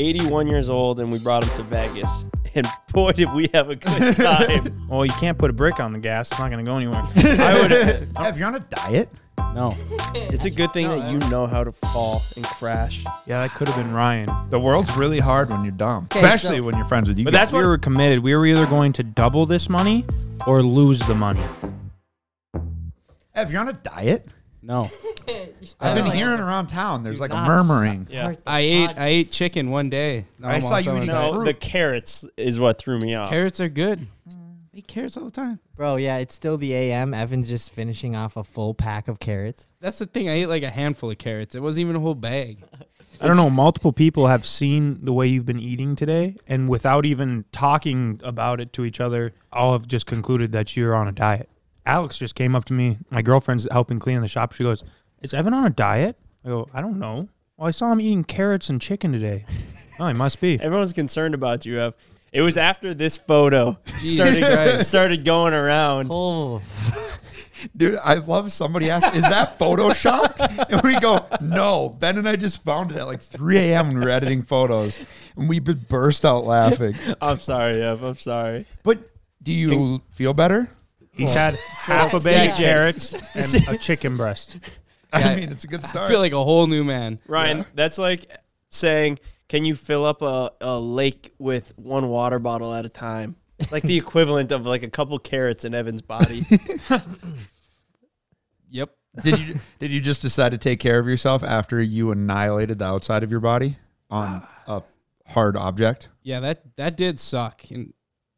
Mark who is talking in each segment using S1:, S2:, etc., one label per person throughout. S1: 81 years old, and we brought him to Vegas. And boy, did we have a good time.
S2: Well, you can't put a brick on the gas. It's not going to go anywhere. I would.
S3: If you're on a diet,
S1: no, it's a good thing that you know how to fall and crash.
S2: Yeah, that could have been Ryan.
S3: the world's really hard when you're dumb, especially when you're friends with you.
S2: But that's where we were committed. We were either going to double this money or lose the money.
S3: guys. if you're on a diet,
S4: No.
S3: I've been hearing around town. There's like a murmuring.
S1: Yeah.
S4: I ate I ate chicken one day.
S3: I saw
S4: Almost
S3: you
S4: on a
S3: eating
S4: diet.
S3: a-
S1: No, the carrots is what threw me off.
S4: Carrots are good. I Mm. eat carrots all the time.
S5: Bro, yeah, it's still the AM. Evan's just finishing off a full pack of carrots.
S4: That's the thing. I ate like a handful of carrots. It wasn't even a whole bag.
S2: I don't know. Multiple people have seen the way you've been eating today, and without even talking about it to each other, all have just concluded that you're on a diet. Alex just came up to me. My girlfriend's helping clean the shop. She goes, "Is Evan on a diet?" I go, "I don't know." Well, I saw him eating carrots and chicken today. oh, he must be.
S1: Everyone's concerned about you, Ev. It was after this photo
S4: Jesus
S1: started,
S4: Christ.
S1: started going around.
S5: Oh,
S3: Dude, I love somebody asked, is that photoshopped? and we go, no. Ben and I just found it at like 3 a.m. when we were editing photos. And we b- burst out laughing.
S1: I'm sorry, Ev. I'm sorry.
S3: But do you feel better?
S2: He's had half a bag of carrots and a chicken breast.
S3: I
S4: Yeah.
S3: mean, it's a good
S4: I
S3: start.
S4: feel like a whole new man.
S1: Ryan, that's like saying, can you fill up a, a lake with one water bottle at a time? It's like the equivalent of like a couple carrots in Evan's body.
S4: Yep.
S3: did you did you just decide to take care of yourself after you annihilated the outside of your body on a hard object?
S4: Yeah, that that did suck, and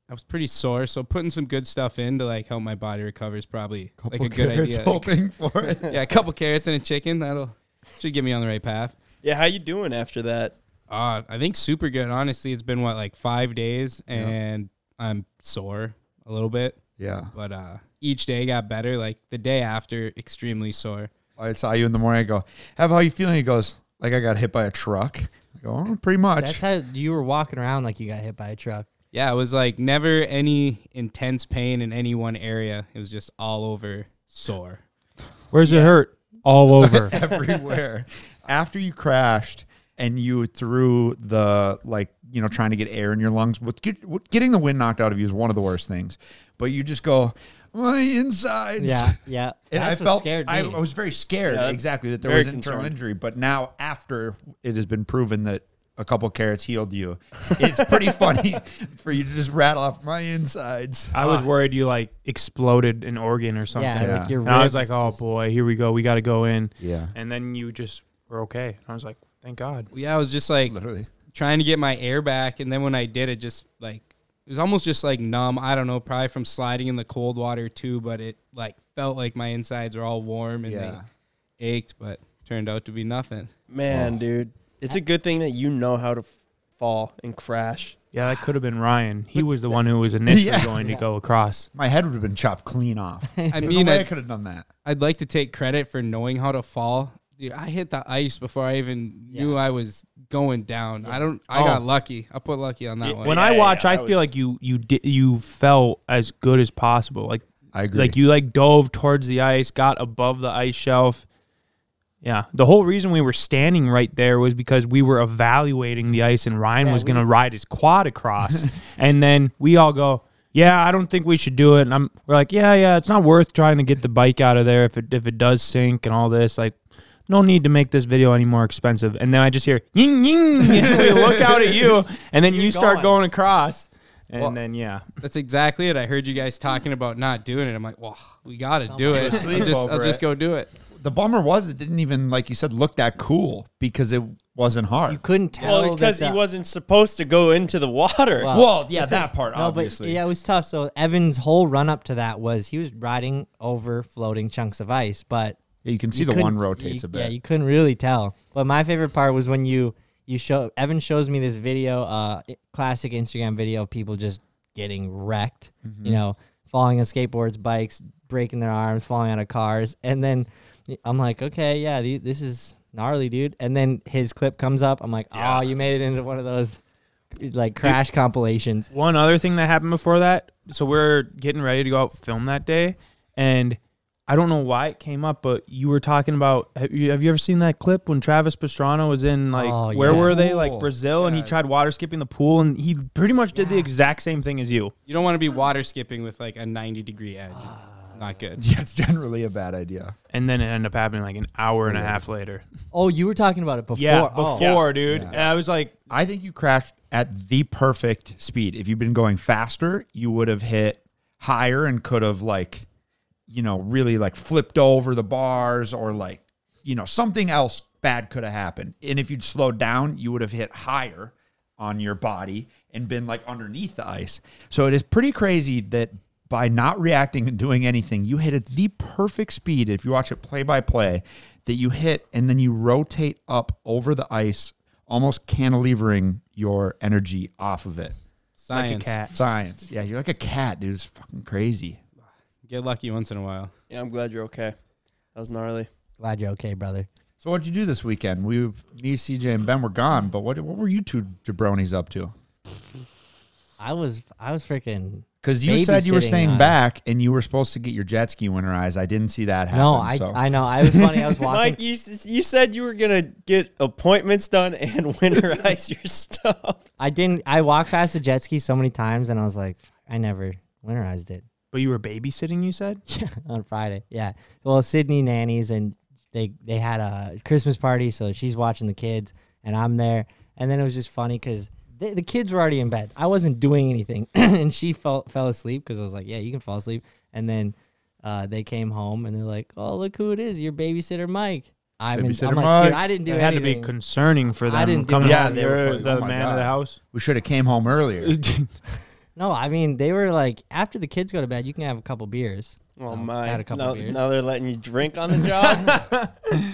S4: I was pretty sore. So putting some good stuff in to like help my body recover is probably like a good
S3: carrots
S4: idea.
S3: hoping for it.
S4: yeah, a couple carrots and a chicken that'll should get me on the right path.
S1: yeah, how you doing after that?
S4: Uh, I think super good. Honestly, it's been what like five days, and I'm sore a little bit,
S3: Yeah.
S4: but uh, each day got better. Like the day after, extremely sore.
S3: I saw you in the morning. I go, Have how you feeling? He goes, Like I got hit by a truck. I go, oh, Pretty much.
S5: that's how you were walking around like you got hit by a truck.
S4: Yeah, it was like never any intense pain in any one area. It was just all over sore.
S2: Where's it hurt? All over.
S3: everywhere. After you crashed and you threw the like, you know, trying to get air in your lungs, with get, with getting the wind knocked out of you is one of the worst things. But you just go, my insides.
S5: Yeah, yeah.
S3: And
S5: That's
S3: I
S5: what
S3: felt
S5: scared me.
S3: I, I was very scared
S1: Yeah,
S3: exactly that there
S1: very
S3: was internal
S1: concerned.
S3: injury. But now after it has been proven that a couple carrots healed you, it's pretty funny for you to just rattle off my insides.
S2: I was worried you like exploded an organ or something.
S5: yeah,
S3: Yeah.
S5: like your
S2: And I was
S5: ribs
S2: like, oh
S5: just-
S2: boy, here we go. We got to go in.
S3: Yeah.
S2: And then you just were okay. And I was like, thank God.
S4: Yeah, I was just like
S3: Literally.
S4: trying to get my air back, and then when I did, it just like it was almost just like numb. I don't know, probably from sliding in the cold water too, but it like felt like my insides were all warm and
S3: Yeah.
S4: they ached, but turned out to be nothing.
S5: Oh.
S1: Man, dude, it's a good thing that you know how to f- fall and crash.
S2: Yeah, that could have been Ryan. He was the one who was initially
S3: Yeah.
S2: going to go across.
S3: My head would have been chopped clean off.
S4: I
S3: There's no
S4: mean,
S3: way I,
S4: I,
S3: could have done that.
S4: I'd like to take credit for knowing how to fall. Dude, I hit the ice before I even knew I was going down. I don't. I got lucky. I put lucky on that one.
S2: When
S1: Yeah,
S2: I
S1: yeah,
S2: watch,
S1: yeah,
S2: I
S1: that
S2: feel
S1: was-
S2: like you you di- you fell as good as possible. Like
S3: I agree.
S2: like you like dove towards the ice, got above the ice shelf. Yeah, the whole reason we were standing right there was because we were evaluating the ice, and Ryan was going to ride his quad across, and then we all go, "Yeah, I don't think we should do it." And I'm we're like, "Yeah, yeah, it's not worth trying to get the bike out of there if it if it does sink and all this." Like, no need to make this video any more expensive. And then I just hear ying ying, and we look out at you, and then you start
S5: going.
S2: going across, and
S4: Well-
S2: then yeah,
S4: That's exactly it. I heard you guys talking about not doing it. I'm like, well, we got to do it.
S3: sleep
S4: I'll just,
S3: over
S4: I'll just
S3: it.
S4: go do it.
S3: the bummer was it didn't even, like you said, look that cool because it wasn't hard.
S5: You couldn't tell
S1: Well, because
S5: that
S1: he
S5: the-
S1: wasn't supposed to go into the water.
S5: Wow.
S3: well, yeah, that part,
S5: No, but
S3: obviously.
S5: yeah, it was tough. So Evan's whole run up to that was he was riding over floating chunks of ice, but
S3: Yeah, you can see
S5: you
S3: the one
S5: couldn't-
S3: rotates
S5: you-
S3: a bit.
S5: Yeah, you couldn't really tell. But my favorite part was when you you show Evan shows me this video, uh, i- classic Instagram video of people just getting wrecked.
S3: Mm-hmm.
S5: You know, falling on skateboards, bikes, breaking their arms, falling out of cars, and then y- I'm like, okay, yeah, the- this is gnarly, dude. And then his clip comes up. I'm like, oh, you made it into one of those like crash compilations.
S2: One other thing that happened before that, so we're getting ready to go out and film that day, and I don't know why it came up, but you were talking about. Have you, have you ever seen that clip when Travis Pastrana was in like
S5: Oh,
S2: where
S5: yeah.
S2: were they like
S3: Pool.
S2: Brazil and he
S4: Yeah.
S2: tried water skipping the pool and he pretty much did the exact same thing as you.
S4: You don't want to be water skipping with like a 90 degree edge. It's not good.
S3: Yeah, it's generally a bad idea.
S2: And then it ended up happening like an hour and a half later.
S5: Oh, you were talking about it before.
S2: Yeah,
S5: Oh.
S2: before, dude. And I was like,
S3: I think you crashed at the perfect speed. If you'd been going faster, you would have hit higher and could have like, you know, really like flipped over the bars or like, you know, something else bad could have happened. And if you'd slowed down, you would have hit higher on your body and been like underneath the ice. So it is pretty crazy that by not reacting and doing anything, you hit at the perfect speed. If you watch it play by play, that you hit and then you rotate up over the ice almost cantilevering your energy off of it.
S4: Science.
S2: like a cat.
S3: Science. Yeah, you're like a cat, dude. It's fucking crazy.
S4: Get lucky once in a while.
S1: Yeah, I'm glad you're okay. That was gnarly.
S5: Glad you're okay, brother.
S3: So what'd you do this weekend? We, me, CJ, and Ben were gone, but what what were you two jabronis up to?
S5: I was I was freaking
S3: Because you said you were
S5: Babysitting
S3: staying
S5: on-
S3: back and you were supposed to get your jet ski winterized. I didn't see that happen.
S5: no, I
S3: so.
S5: I know. I was funny. I was walking.
S1: Mike, you s- you said you were gonna get appointments done and winterize your stuff.
S5: I didn't. I walked past the jet ski so many times, and I was like, I never winterized it.
S2: But you were babysitting, you said?
S5: on Friday. Yeah. Well, Sydney nannies and they they had a Christmas party, so she's watching the kids and I'm there. And then it was just funny because the kids were already in bed. I wasn't doing anything, and she fell fell asleep because I was like, "Yeah, you can fall asleep." And then uh, they came home and they're like, "Oh, look who it is! Your babysitter, Mike." I'm, in,
S3: Babysitter
S5: I'm like,
S3: Mike.
S5: dude, I didn't do
S2: it had to be
S5: anything.
S2: concerning for
S5: I
S2: them
S5: didn't do
S2: coming
S3: Yeah,
S2: home.
S3: they were
S2: You're
S3: like,
S2: the
S3: oh my
S2: man of the
S3: God.
S2: house.
S3: we should have came home earlier.
S5: no, I mean they were like, after the kids go to bed, you can have a couple beers.
S1: Oh
S5: So
S1: my!
S5: I had a couple
S1: now,
S5: beers.
S1: now they're letting you drink on the job.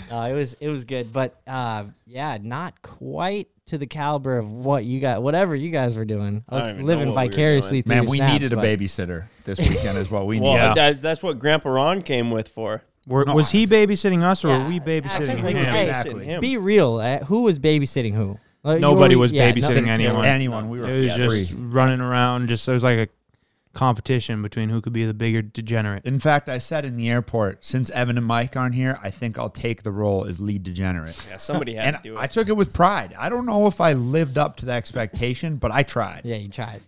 S5: No, it was it was good, but uh, yeah, not quite to the caliber of what you got, whatever you guys were doing.
S1: I
S5: I was
S1: don't even know
S5: living
S1: what we were
S5: vicariously
S1: doing.
S5: through.
S3: Man,
S5: your
S3: we
S5: snaps,
S3: needed a
S5: but-
S3: babysitter this weekend is what we
S1: well,
S3: needed.
S2: Yeah.
S1: that, that's what Grandpa Ron came with for.
S2: Were,
S3: No,
S2: was he babysitting us or
S5: Yeah,
S2: were we
S5: I think
S2: babysitting
S5: we
S2: him?
S5: were. Hey,
S3: Exactly.
S1: Him.
S5: Be real, eh, who was babysitting who? Like, you
S2: Nobody
S5: were-
S2: was
S5: yeah, no-
S2: babysitting anyone.
S3: Anyone. We were
S2: It was
S3: free.
S2: just running around. Just there was like a competition between who could be the bigger degenerate.
S3: In fact, I said in the airport, since Evan and Mike aren't here, I think I'll take the role as lead degenerate.
S1: Yeah, somebody had
S3: and
S1: to do
S3: I
S1: it.
S3: took it with pride. I don't know if I lived up to the expectation, but I tried. Yeah.
S5: Yeah, you tried.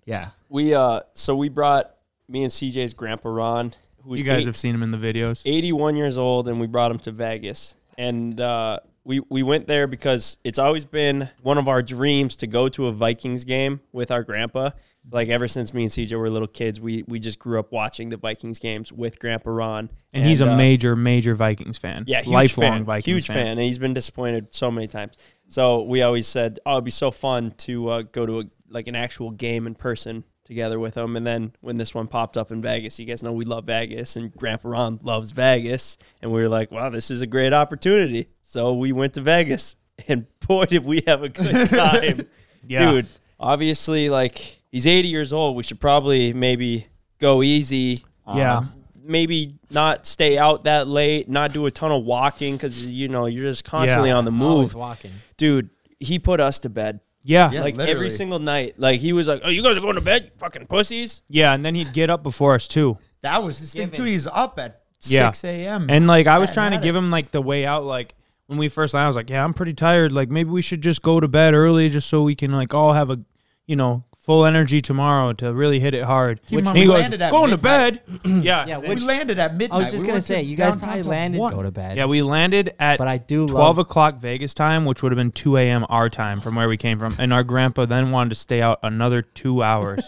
S1: we uh, so we brought me and CJ's Grandpa Ron. Who
S2: You guys have seen him in the videos.
S1: 81 years old and we brought him to Vegas. And uh, we, we went there because it's always been one of our dreams to go to a Vikings game with our grandpa. Like ever since me and CJ were little kids, we, we just grew up watching the Vikings games with Grandpa Ron.
S2: And, he's a
S1: uh,
S2: major, major Vikings fan.
S1: yeah, huge
S2: lifelong
S1: fan,
S2: Vikings
S1: huge fan.
S2: fan.
S1: and he's been disappointed so many times. So we always said, "Oh, it'd be so fun to uh, go to a, like an actual game in person together with him." And then when this one popped up in Vegas, you guys know we love Vegas, and Grandpa Ron loves Vegas, and we were like, "Wow, this is a great opportunity." So we went to Vegas, and boy, did we have a good time,
S2: Yeah.
S1: dude. Obviously, like he's 80 years old, we should probably maybe go easy Uh-huh.
S2: Yeah.
S1: maybe not stay out that late, not do a ton of walking because you know you're just constantly
S2: Yeah.
S1: on the
S5: Always
S1: move,
S5: walking.
S1: dude. He put us to bed
S2: Yeah.
S3: Yeah.
S2: Yeah.
S1: like
S3: literally.
S1: every single night. Like he was like, "Oh, you guys are going to bed, you fucking pussies."
S2: And then he'd get up before us, too.
S3: That was his thing, too. He's up at
S2: Yeah.
S3: 6 a.m.
S2: And like, I was
S3: Yeah,
S2: trying to
S3: got
S2: give him like the way out. Like, when we first landed, I was like, yeah, I'm pretty tired. Like, maybe we should just go to bed early just so we can like all have a, you know, full energy tomorrow to really hit it hard.
S3: Keep in
S2: And
S3: mind,
S2: he
S3: we
S2: goes,
S3: landed at
S2: going
S3: midnight."
S2: to bed. yeah.
S5: Yeah,
S2: And
S5: which-
S3: we landed at midnight.
S5: I was just
S3: We
S5: gonna
S3: went to
S5: say, you guys
S3: downtown
S5: probably
S3: till
S5: landed
S3: one.
S5: go to bed.
S2: Yeah, we landed at
S5: But I do
S2: 12
S5: love-
S2: o'clock Vegas time, which would have been 2 a.m. our time from where we came from. And our grandpa then wanted to stay out another two hours.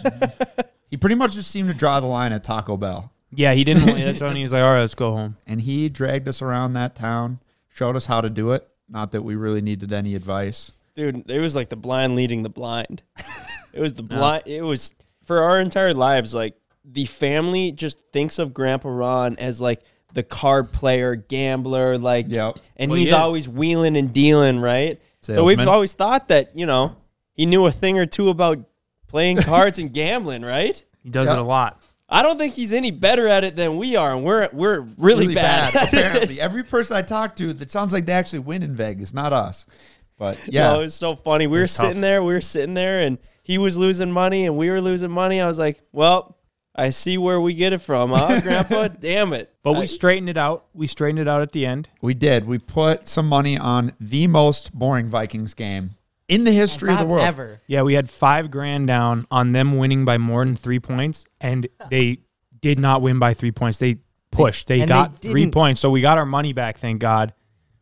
S3: He pretty much just seemed to draw the line at Taco Bell.
S2: yeah, he didn't. want- That's when he was like, all right, let's go home.
S3: And he dragged us around that town, showed us how to do it. Not that we really needed any advice.
S1: Dude, it was like the blind leading the blind. it was the blind. It was for our entire lives. Like the family just thinks of Grandpa Ron as like the card player, gambler, like,
S3: Yep.
S1: and
S2: Well, he
S1: he's
S2: is.
S1: always wheeling and dealing, right? So we've
S3: Salesman.
S1: always thought that you know he knew a thing or two about playing cards and gambling, right?
S2: He does
S3: Yeah.
S2: it a lot.
S1: I don't think he's any better at it than we are, and we're we're really, bad. at it.
S3: apparently, every person I talked to, that sounds like they actually win in Vegas, not us. But yeah,
S1: No, it was Oh, so funny. We were
S2: was tough.
S1: sitting there, we were sitting there, and he was losing money, and we were losing money. I was like, "Well, I see where we get it from, huh, Grandpa? Damn it.
S2: But
S1: I-
S2: we straightened it out. We straightened it out at the end.
S3: We did. We put some money on the most boring Vikings game in the history of the
S5: Bob
S3: world.
S5: Ever.
S2: Yeah, we had five grand down on them winning by more than three points, and they did not win by three points. They pushed. They
S5: and they
S2: got three
S5: didn't-
S2: points, so we got our money back, thank God.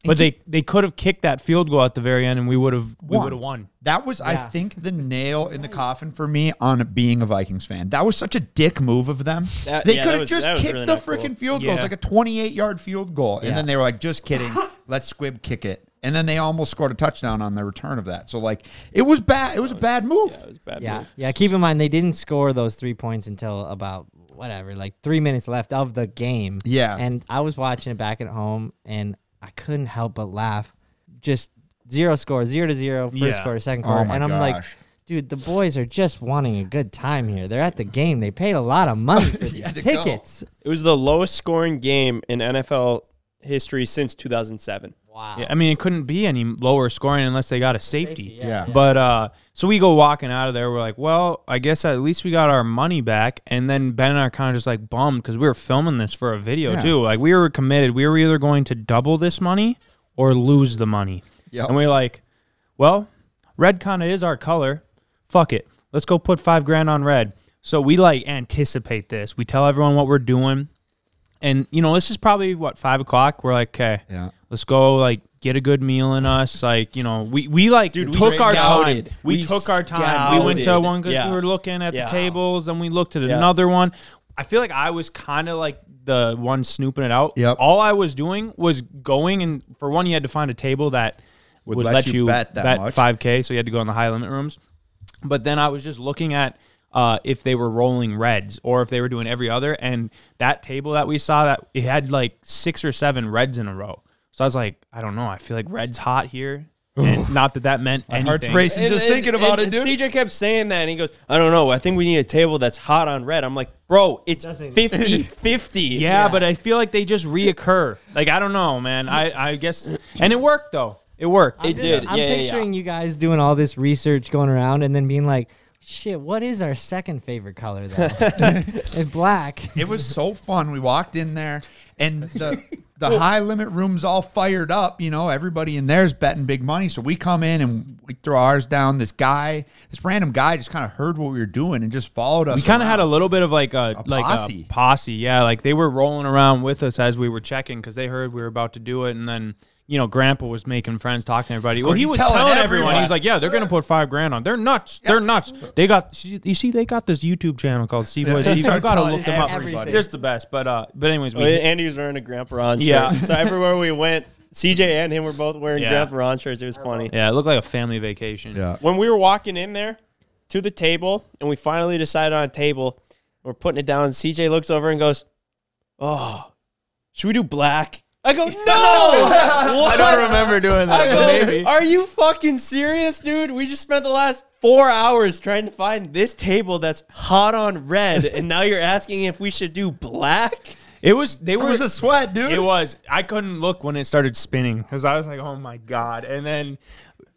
S2: But they, they could have kicked that field goal at the very end, and we would have we
S3: Won.
S2: would have won.
S3: That was, I
S5: Yeah.
S3: think, the nail in the coffin for me on being a Vikings fan. That was such a dick move of them.
S1: That-
S3: they
S1: yeah,
S3: could
S1: that
S3: have
S1: was-
S3: just
S1: that was
S3: kicked
S1: really
S3: the
S1: not cool.
S3: freaking field goal. It
S2: Yeah.
S3: was like a 28 yard field goal.
S5: Yeah.
S3: And then they were like, just kidding. Let's squib kick it. And then they almost scored a touchdown on the return of that. So, like, it was bad. It was a bad move.
S1: That was a bad
S5: Yeah,
S1: move.
S5: yeah. Keep in mind they didn't score those three points until about whatever, like three minutes left of the game.
S3: Yeah.
S5: and I was watching it back at home, and I couldn't help but laugh. Just zero score, zero to zero, first
S2: Yeah.
S5: quarter, second
S3: Oh
S5: quarter,
S3: my
S5: and I'm like.
S3: gosh.
S5: Dude, the boys are just wanting a good time here. They're at the game. They paid a lot of money for these
S3: Yeah, to go.
S5: tickets.
S1: It was the lowest scoring game in NFL history since 2007.
S5: Wow.
S2: Yeah, I mean, it couldn't be any lower scoring unless they got a safety.
S5: Safety,
S3: Yeah.
S2: But uh, so we go walking out of there. We're like, well, I guess at least we got our money back. And then Ben and I are kind of just like bummed because we were filming this for a video
S3: Yeah.
S2: too. Like we were committed. We were either going to double this money or lose the money.
S3: Yep.
S2: And we are like, well, red kind of is our color. Fuck it. Let's go put five grand on red. So we like anticipate this. We tell everyone what we're doing. And, you know, this is probably what, five o'clock? We're like, okay,
S3: Yeah.
S2: let's go, like, get a good meal in us. Like, you know, we, we like,
S1: Dude, we
S2: took our
S1: scouted.
S2: time. We,
S1: We
S2: took our time. We went to
S1: scouted.
S2: one because
S1: Yeah.
S2: we were looking at
S1: Yeah.
S2: the tables, and we looked at
S1: Yeah.
S2: another one. I feel like I was kind of like the one snooping it out.
S3: Yep.
S2: All I was doing was going and for one, you had to find a table that
S3: Would
S2: would,
S3: let
S2: let,
S3: you
S2: you
S3: bet that much.
S2: 5K, so you had to go in the high limit rooms. But then I was just looking at uh, if they were rolling reds or if they were doing every other, and that table that we saw that it had like six or seven reds in a row. So I was like, I don't know. I feel like red's hot here, and not that that meant anything.
S3: Heart's racing just thinking about
S1: and-
S3: it, dude.
S1: and CJ kept saying that, and he goes, I don't know. I think we need a table that's hot on red. I'm like, bro, it's 50 50.
S2: Yeah, but I feel like they just reoccur. Like I don't know, man. I I guess, and it worked though. It worked.
S1: It did.
S5: I'm
S1: yeah, yeah, yeah.
S5: picturing you guys doing all this research going around and then being like, shit, what is our second favorite color though? it's black.
S3: It was so fun. We walked in there, and the the high limit room's all fired up. You know, everybody in there's betting big money. So we come in and we throw ours down. This guy, this random guy, just kind of heard what we were doing and just followed us.
S2: We kind of had a
S3: around.
S2: little bit of like a,
S3: A
S2: like
S3: posse.
S2: a posse, yeah. Like they were rolling around with us as we were checking because they heard we were about to do it, and then you know Grandpa was making friends, talking to everybody. Well,
S3: course,
S2: he
S3: he's
S2: was
S3: telling
S2: telling, everyone.
S3: everyone.
S2: He was like, "Yeah, they're gonna put five grand on. They're nuts. They're nuts. They got see- you see, they got this YouTube channel called Sea Boys.
S3: They
S2: Steve. You
S3: started
S2: gotta
S3: telling
S2: look them up.
S3: everybody.
S2: Just the best. But uh, but anyways,
S1: Well,
S2: we
S1: Andy was wearing a Grandpa Ron shirt.
S2: Yeah.
S1: So everywhere we went, CJ and him were both wearing
S2: Yeah.
S1: Grandpa Ron shirts. It was funny.
S2: yeah, it looked like a family vacation.
S3: Yeah.
S1: When we were walking in there to the table, and we finally decided on a table, we're putting it down. CJ looks over and goes, Oh, should we do black? I go, No! I
S2: I don't remember doing that.
S1: I
S2: but
S1: go,
S2: maybe.
S1: Are you fucking serious, dude? We just spent the last four hours trying to find this table that's hot on red, and now you're asking if we should do black?
S2: It was they
S3: It
S2: were
S3: was a sweat, dude.
S2: It was. I couldn't look when it started spinning because I was like, "Oh my god!" And then,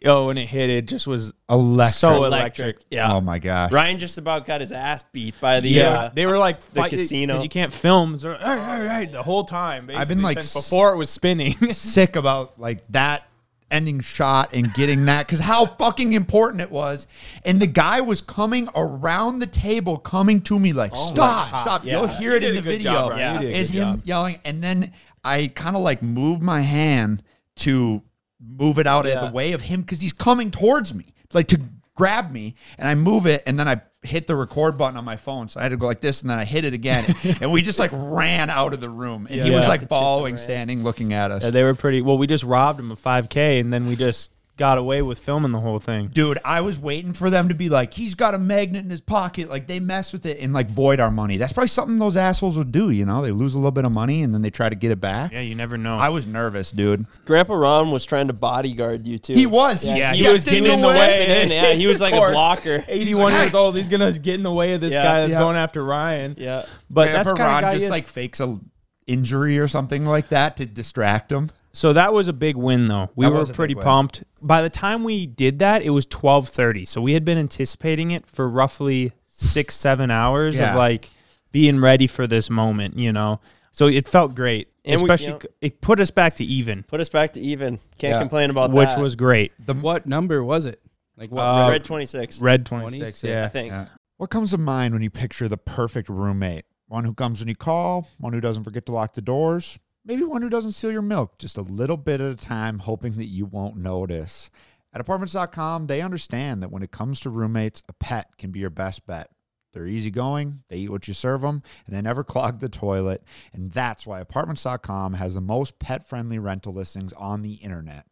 S2: oh, when it hit, it just was
S3: electric.
S2: so electric.
S1: Yeah.
S3: oh my gosh.
S1: Ryan just about got his ass beat by the.
S2: Yeah,
S1: Uh,
S2: they were like
S1: the
S2: fight- 'cause
S1: casino.
S2: You can't film. So, all right, all right, the whole time. Basically,
S3: I've been, like,
S2: since before it was spinning.
S3: Sick about like that ending shot and getting that because how fucking important it was. And the guy was coming around the table, coming to me
S2: Oh
S3: like, "Stop, stop!"
S1: yeah.
S3: You'll hear it
S2: You
S3: in the
S2: did a good
S3: video.
S2: job, Ryan. You did a
S3: Is
S2: good
S3: him
S2: job.
S3: yelling, and then I kind of like moved my hand to move it out of the way of him because he's coming towards me, like to grab me, and I move it, and then I hit the record button on my phone, so I had to go like this, and then I hit it again, and we just like ran out of the room, and he was
S2: Yeah.
S3: like following, standing, looking at us.
S2: Yeah, they were pretty. Well, we just robbed them of 5K, and then we just got away with filming the whole thing.
S3: Dude, I was waiting for them to be like, he's got a magnet in his pocket. Like they mess with it and like void our money. That's probably something those assholes would do. You know, they lose a little bit of money and then they try to get it back.
S2: Yeah, you never know.
S3: I was nervous, dude.
S1: Grandpa Ron was trying to bodyguard you too.
S3: He was.
S2: Yeah,
S3: stepped
S2: he was getting in the
S1: stepping
S2: way.
S1: in. Yeah, he was like a
S2: course.
S1: blocker.
S2: 81
S3: He's like,
S2: years old. He's gonna get in the way of this
S1: Yeah.
S2: guy that's
S3: Yeah.
S2: going after Ryan.
S1: Yeah.
S2: But
S3: Grandpa
S2: that's the kind of
S3: Ron
S2: guy he
S3: just
S2: is.
S3: like fakes a injury or something like that to distract him.
S2: So that was a big win, though. We
S3: That
S2: were
S3: was a big
S2: pretty
S3: win.
S2: pumped. By the time we did that, it was twelve thirty. So we had been anticipating it for roughly six, seven hours
S3: Yeah.
S2: of like being ready for this moment, you know. So it felt great,
S1: And we-
S2: especially
S1: you know-
S2: c- it put us back to even,
S1: Put us back to even. Can't
S3: Yeah.
S1: complain about
S2: which
S1: that.
S2: was great.
S4: What number was it? Like what?
S2: Uh,
S1: red twenty six.
S2: Red 26,
S4: 26,
S1: I
S2: yeah.
S1: think.
S3: Yeah. What comes to mind when you picture the perfect roommate? One who comes when you call, one who doesn't forget to lock the doors, maybe one who doesn't steal your milk just a little bit at a time, hoping that you won't notice. At apartments.com, they understand that when it comes to roommates, a pet can be your best bet. They're easygoing, they eat what you serve them, and they never clog the toilet. And that's why apartments.com has the most pet friendly rental listings on the internet.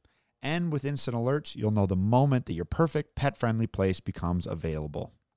S3: And with instant alerts, you'll know the moment that your perfect pet friendly place becomes available.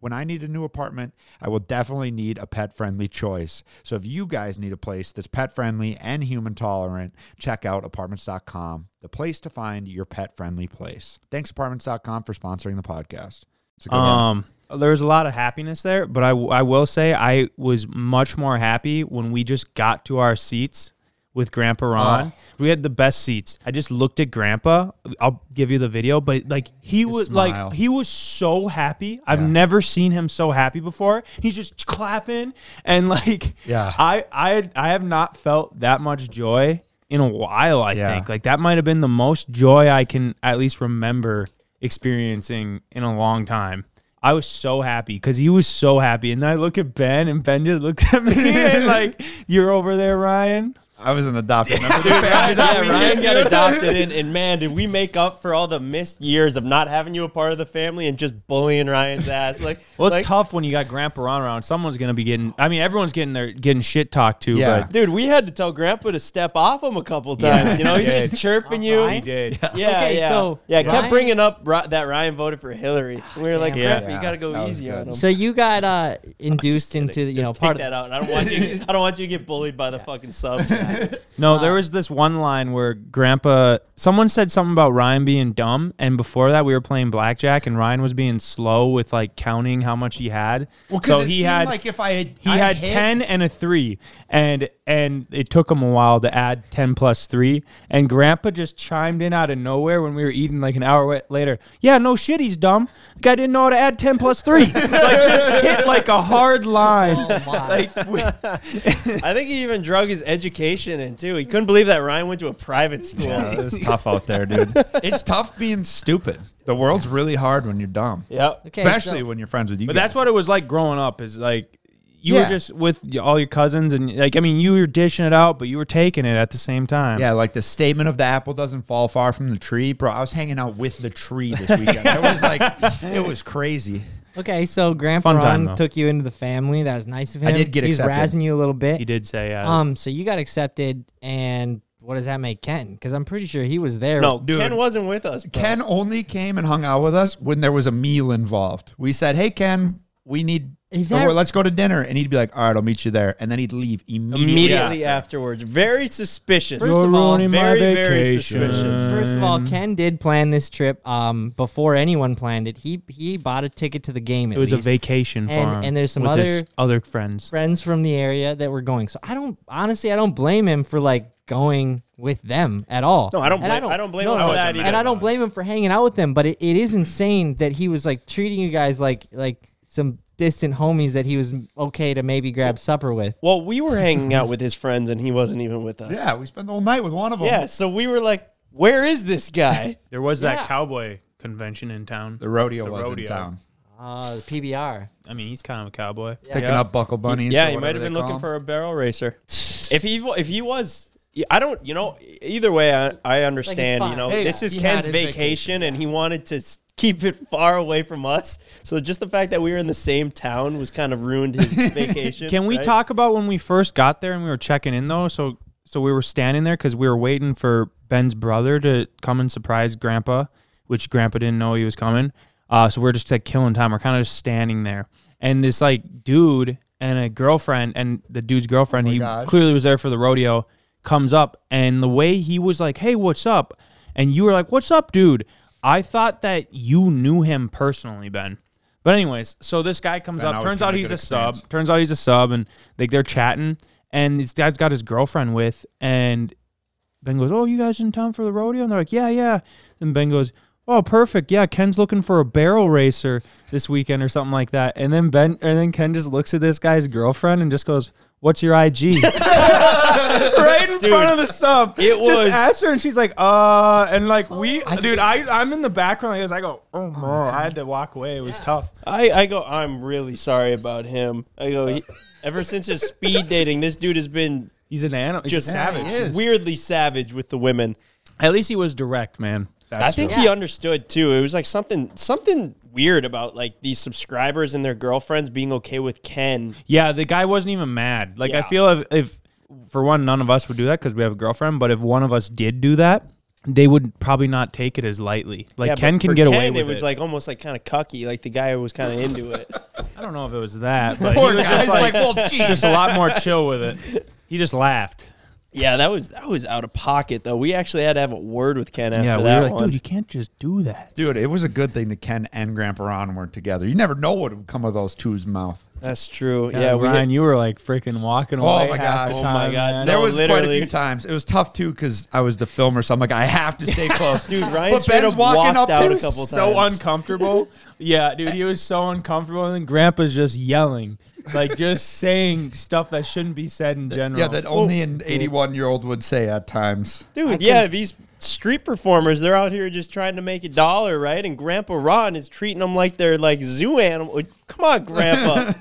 S3: When I need a new apartment, I will definitely need a pet friendly choice. So if you guys need a place that's pet friendly and human tolerant, check out apartments.com, the place to find your pet friendly place. Thanks, apartments.com, for sponsoring the podcast. It's a good one.
S2: Um, there's a lot of happiness there, but I, w- I will say I was much more happy when we just got to our seats with
S3: Oh.
S2: Grandpa Ron. We had the best seats. I just looked at Grandpa. I'll give you the video, but like he was
S3: smile.
S2: like he was so happy. I've
S3: Yeah.
S2: never seen him so happy before. He's just clapping and like
S3: Yeah.
S2: I I I have not felt that much joy in a while. I
S3: Yeah.
S2: think like that might have been the most joy I can at least remember experiencing in a long time. I was so happy because he was so happy, and I look at Ben, and Ben just looks at me and like, "You're over there, Ryan."
S3: I was an adopted member of the family.
S1: Yeah, Ryan got adopted, and, and man, did we make up for all the missed years of not having you a part of the family and just bullying Ryan's ass? Like,
S2: Well, it's
S1: like,
S2: tough when you got Grandpa Ron around. Someone's gonna be getting. I mean, everyone's getting their getting shit talked to.
S3: Yeah.
S2: but
S1: dude. We had to tell Grandpa to step off him a couple times. you know, he's
S2: Yeah.
S1: just chirping you.
S5: He
S2: did.
S1: Yeah,
S5: Okay,
S1: yeah,
S5: so
S1: yeah. Kept
S5: Ryan-
S1: bringing up Ri- that Ryan voted for Hillary. And we
S2: Ah,
S1: were like,
S5: damn.
S1: Grandpa,
S3: Yeah.
S1: you gotta go
S3: That was
S1: easy
S3: good.
S1: on him.
S5: So you got uh, induced into the, you know
S1: Take
S5: part of
S1: that out. I don't want you. I don't want you to get bullied by the fucking subs.
S2: No, there was this one line where Grandpa, someone said something about Ryan being dumb, and before that we were playing blackjack, and Ryan was being slow with like counting how much he had.
S3: Well, 'cause
S2: so
S3: it
S2: he
S3: seemed
S2: had
S3: like if I had
S2: he
S3: I
S2: had
S3: hit-
S2: ten and a three, and and it took him a while to add ten plus three, and Grandpa just chimed in out of nowhere when we were eating like an hour wa- later. Yeah, no shit, he's dumb. Guy didn't know how to add ten plus three. like just hit like a hard line.
S5: Oh,
S2: like we-
S1: I think he even drug his education in too. He couldn't believe that Ryan went to a private school.
S3: Yeah, it was tough out there, dude. It's tough being stupid. The world's really hard when you're dumb,
S1: Yep.
S5: Okay,
S3: especially
S5: so-
S3: when you're friends with you.
S2: But that's what it was like growing up. Is like you
S3: Yeah.
S2: were just with y- all your cousins, and like I mean, you were dishing it out, but you were taking it at the same time.
S3: Yeah, like the statement of the apple doesn't fall far from the tree, bro. I was hanging out with the tree this weekend. it was like, it was crazy.
S5: Okay, so Grandpa
S2: Fun time,
S5: Ron
S2: though.
S5: took you into the family. That was nice of
S3: I
S5: him.
S3: did get
S5: He's
S3: accepted.
S5: razzing you a little bit.
S2: he did say, uh,
S5: Um, so you got accepted, and what does that make Ken? Because I'm pretty sure he was there.
S1: No,
S3: Dude.
S1: Ken wasn't with us. Bro.
S3: Ken only came and hung out with us when there was a meal involved. We said, "Hey, Ken, we need,
S5: Is
S3: or
S5: that-
S3: let's go to dinner," and he'd be like, "All right, I'll meet you there," and then he'd leave immediately.
S1: immediately afterwards. Very suspicious.
S5: First of all,
S1: very, very suspicious.
S5: First of all, Ken did plan this trip. Um, before anyone planned it, he he bought a ticket to the game. At
S2: it was a
S5: least.
S2: vacation for
S5: And-
S2: him
S5: and there's some
S2: with his
S5: other-
S2: other friends.
S5: friends from the area that were going. So I don't honestly, I don't blame him for like going with them at all.
S1: No, I don't
S5: And
S1: blame- I don't blame him for
S5: no,
S1: that
S5: And
S1: either.
S5: I don't blame him for hanging out with them. But it, it is insane that he was like treating you guys like like some distant homies that he was okay to maybe grab supper with.
S1: Well, we were hanging out with his friends and he wasn't even with us.
S3: Yeah, we spent the whole night with one of them.
S1: Yeah, so we were like, where is this guy?
S2: There was
S5: Yeah.
S2: that cowboy convention in town.
S3: the rodeo was in
S2: rodeo.
S3: town,
S5: Uh, the PBR.
S2: I mean, he's kind of a cowboy.
S3: picking
S1: Yeah.
S3: up buckle bunnies.
S1: yeah,
S3: or
S1: he might
S3: whatever
S1: have
S3: they
S1: been
S3: call
S1: looking
S3: them.
S1: for a barrel racer. if he wa- if he was I don't, you know, either way I, I understand,
S5: fine.
S1: you know.
S5: Hey,
S1: this is
S5: he had
S1: Ken's
S5: his
S1: vacation, and he wanted to s- keep it far away from us. So just the fact that we were in the same town was kind of ruined his vacation.
S2: Can we
S1: right?
S2: talk about when we first got there and we were checking in though? So so we were standing there because we were waiting for Ben's brother to come and surprise Grandpa, which Grandpa didn't know he was coming. Uh, so we're just like killing time. We're kind of just standing there, and this like dude and a girlfriend and the dude's girlfriend, he
S3: God.
S2: clearly was there for the rodeo, comes up and the way he was like, "Hey, what's up?" and you were like, "What's up, dude?" I thought that you knew him personally, Ben. But anyways, so this guy comes
S3: Ben, I
S2: up.
S3: was
S2: Turns
S3: trying
S2: out
S3: to
S2: he's
S3: get
S2: a sub.
S3: experience.
S2: Turns out he's a sub, and like they're chatting, and this guy's got his girlfriend with, and Ben goes, "Oh, you guys in town for the rodeo?" And they're like, "Yeah, yeah." And Ben goes, "Oh, perfect. Yeah, Ken's looking for a barrel racer this weekend or something like that." And then Ben, and then Ken just looks at this guy's girlfriend and just goes, "What's your IG?" right in front of the sub.
S1: it
S2: just
S1: was-
S2: asked her, and she's like, "Uh," and like we,
S1: Oh.
S2: dude, I, I'm in the background. Like this. I go, "Oh no,"
S1: Mm-hmm.
S2: I had to walk away. It was tough.
S1: I, I go, I'm really sorry about him. I go, he, ever since his speed dating, this dude has been
S2: He's an animal. He's
S1: just
S2: a savage.
S3: he is.
S1: weirdly savage with the women.
S2: At least he was direct, man.
S1: I think he understood too. It was like something something weird about like these subscribers and their girlfriends being okay with Ken.
S2: Yeah, the guy wasn't even mad. Like I
S1: Yeah.
S2: feel if, if for one, none of us would do that because we have a girlfriend. But if one of us did do that, they would probably not take it as lightly. Like
S1: Yeah,
S2: Ken
S1: but
S2: can
S1: for
S2: get away
S1: Ken,
S2: with
S1: it. was like almost like kind of cucky. Like the guy was kind of into it.
S2: I don't know if it was that, but
S3: Poor
S2: he was
S3: guy's
S2: just
S3: like,
S2: like,
S3: well, geez.
S2: just a lot more chill with it. He just laughed.
S1: yeah, that was that was out of pocket though. We actually had to have a word with Ken after
S2: yeah, we
S1: that
S2: were like,
S1: one.
S2: dude, you can't just do that.
S3: Dude, it was a good thing that Ken and Grandpa Ron weren't together. You never know what would come of those two's mouth.
S1: That's true. Yeah,
S2: Yeah,
S1: we hit-
S2: Ryan, you were like freaking walking
S3: Oh
S2: away.
S3: my gosh.
S2: half the
S3: Oh
S1: my
S2: time,
S1: God.
S2: man.
S1: No.
S3: There was quite a
S1: literally.
S3: few times. It was tough too because I was the filmer, so I'm like, I have to stay close.
S1: Dude, Ryan straight up walked out a couple
S2: so
S1: times.
S2: uncomfortable. yeah, dude, he was so uncomfortable, and then Grandpa's just yelling, like just saying stuff that shouldn't be said in general.
S3: Yeah, that only an 81 year old would say at times.
S1: Dude, yeah, these street performers, they're out here just trying to make a dollar, right? And Grandpa Ron is treating them like they're like zoo animal. Come on, Grandpa.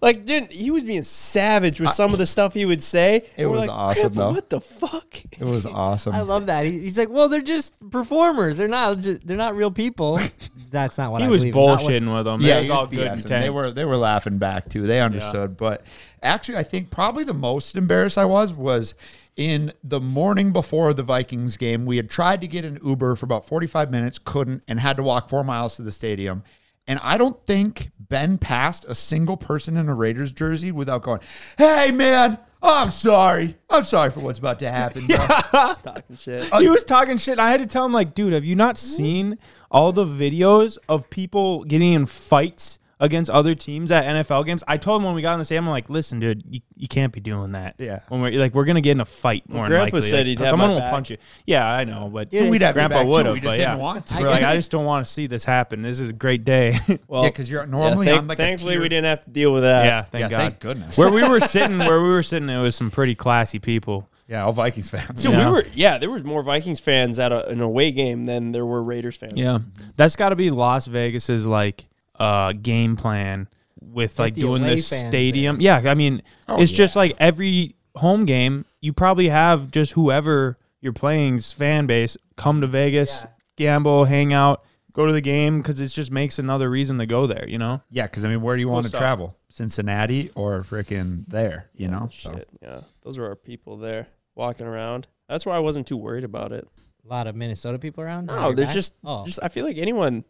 S1: like, dude, he was being savage with some of the stuff he would say.
S3: It
S1: And we're
S3: was
S1: like,
S3: awesome,
S1: "Grandpa,
S3: though.
S1: What the fuck?
S3: It was awesome.
S5: I love that. He- He's like, well, they're just performers. They're not. Just, they're not real people. That's not what
S2: he
S5: I
S2: was
S5: believe in. Not what-
S2: bullshitting with him.
S3: yeah,
S2: it
S3: he was
S2: was all good
S3: BSing.
S2: intent.
S3: They were they were laughing back too. They understood. But actually, I think probably the most embarrassed I was was in the morning before the Vikings game. We had tried to get an Uber for about forty five minutes, couldn't, and had to walk four miles to the stadium. And I don't think Ben passed a single person in a Raiders jersey without going, "Hey, man." I'm sorry. I'm sorry for what's about to happen. bro."
S1: Talking shit.
S3: Oh,
S2: he was talking shit. And I had to tell him, like, dude, have you not seen all the videos of people getting in fights against other teams at NFL games? I told him when we got on the stadium, I'm like, listen, dude, you, you can't be doing that.
S3: Yeah.
S2: When we're like, we're gonna get in a fight more. than
S1: Grandpa
S2: likely.
S1: said
S2: Like,
S1: he'd have
S2: someone
S1: my
S2: will
S1: back.
S2: punch you. Yeah, I know, but
S5: Dude,
S3: We'd have your
S2: Grandpa
S3: back, too.
S2: would have,
S3: We
S2: but
S3: just
S2: yeah.
S3: didn't want to.
S2: We're like,
S5: guess
S2: I
S5: it-
S2: just don't want to see this happen. This is a great day.
S1: Well,
S3: yeah, because you're normally
S1: thank-
S3: on like
S1: thankfully,
S3: a
S1: we
S3: tier-
S1: didn't have to deal with that.
S2: yeah, thank
S3: yeah,
S2: God.
S3: thank goodness.
S2: where we were sitting, where we were sitting, it was some pretty classy people.
S3: Yeah, all Vikings fans.
S1: Dude,
S2: Yeah.
S1: we were yeah. There was more Vikings fans at a, an away game than there were Raiders fans.
S2: Yeah, that's got to be Las Vegas's like uh game plan with like
S5: the
S2: doing
S5: away
S2: this
S5: fans
S2: stadium. Yeah, I mean,
S1: Oh,
S2: it's just like every home game, you probably have just whoever you're playing's fan base come to Vegas, gamble, hang out, go to the game because it just makes another reason to go there. You know?
S3: Yeah, because I mean, where do you want to
S2: stuff.
S3: travel? Cincinnati or freaking there? You know, so
S1: Shit, yeah. Those were our people there walking around. That's why I wasn't too worried about it.
S5: A lot of Minnesota people around. on
S1: No,
S5: your
S1: there's
S5: back?
S1: just,
S5: Oh.
S1: just I feel like anyone,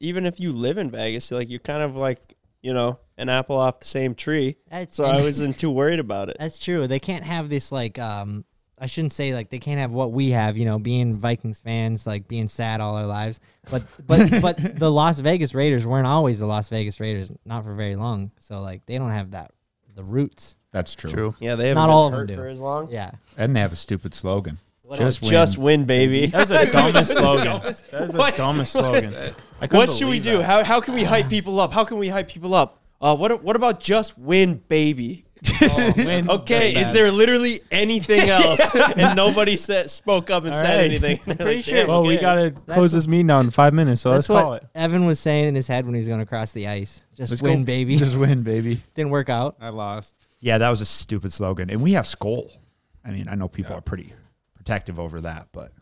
S1: even if you live in Vegas, like you're kind of like you know an apple off the same tree.
S5: That's-
S1: So I wasn't too worried about it.
S5: That's true. They can't have this like um I shouldn't say like they can't have what we have, you know, being Vikings fans, like being sad all our lives. But but but the Las Vegas Raiders weren't always the Las Vegas Raiders, not for very long. So like they don't have that the roots.
S3: that's true.
S1: Yeah, they haven't
S5: Not
S1: been
S5: all of
S1: hurt
S5: them do.
S1: for as long.
S5: Yeah.
S3: And they have a stupid slogan.
S1: Just win. Just win, baby.
S2: That's the dumbest slogan. That's the
S1: What?
S2: dumbest slogan. I couldn't
S1: What should we
S2: believe
S1: do?
S2: that.
S1: How how can we hype people up? How can we hype people up? Uh, what what about just win, baby?
S5: Oh,
S2: Win.
S1: Okay, is there literally anything else? and nobody said, spoke up and
S2: All
S1: said
S2: right.
S1: anything. They're
S5: Pretty
S1: like,
S5: sure-
S1: "Damn,
S2: Well, we
S1: okay."
S2: gotta close this meeting out in five minutes, so let's
S5: That's what
S2: call it.
S5: Evan was saying in his head when he was going to cross the ice. Just
S3: Let's
S5: win,
S3: go.
S5: baby.
S3: Just win, baby.
S5: Didn't work out.
S4: I lost.
S3: Yeah, that was a stupid slogan. And we have skull. I mean, I know people are pretty protective over that, but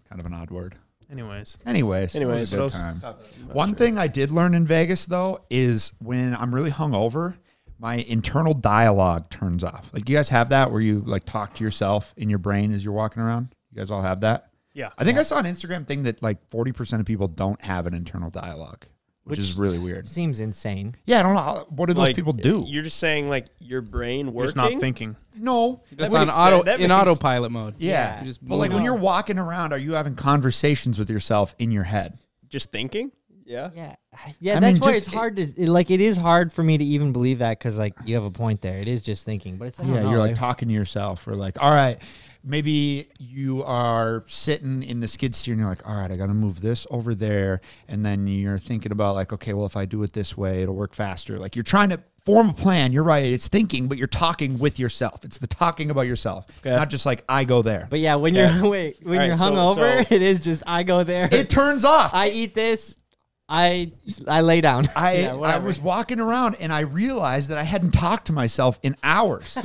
S3: it's kind of an odd word.
S2: Anyways.
S3: Anyways, it was
S1: Anyways,
S3: a
S1: what
S3: good
S1: else?
S3: time. One thing I did learn in Vegas though is when I'm really hungover, my internal dialogue turns off. Like, you guys have that where you like talk to yourself in your brain as you're walking around? You guys all have that?
S2: Yeah.
S3: I think I saw an Instagram thing that like 40% of people don't have an internal dialogue, which, is really weird.
S5: Seems insane.
S3: Yeah, I don't know. how- What do those
S1: Like,
S3: people do?
S1: You're just saying like your brain working.
S2: Just not thinking.
S3: no.
S4: That's
S1: That
S4: on
S1: makes
S4: auto
S1: sense. That
S4: in
S1: makes-
S4: autopilot mode.
S3: Yeah.
S4: You Just
S3: but like
S4: move
S3: when
S4: on.
S3: you're walking around, are you having conversations with yourself in your head?
S1: Just thinking. Yeah.
S5: Yeah, yeah.
S3: I
S5: that's
S3: mean,
S5: why
S3: just-
S5: it's hard to it- like. It is hard for me to even believe that because like you have a point there. It is just thinking, but it's like, I
S3: Yeah,
S5: don't
S3: you're
S5: know,
S3: like talking to yourself, or like, all right, maybe you are sitting in the skid steer, and you're like, all right, I got to move this over there, and then you're thinking about like, okay, well, if I do it this way, it'll work faster. Like you're trying to form a plan. You're right, it's thinking, but you're talking with yourself. It's the talking about yourself,
S1: Okay.
S3: not just like I go there.
S5: But yeah, when
S1: Yeah.
S5: you're wait, when
S1: All
S5: you're
S1: right, so-
S5: hungover,
S1: so-
S5: it is just I go there,
S3: it turns off.
S5: I eat this, I I lay down.
S3: I,
S5: yeah,
S3: I
S5: whatever.
S3: was walking around and I realized that I hadn't talked to myself in hours.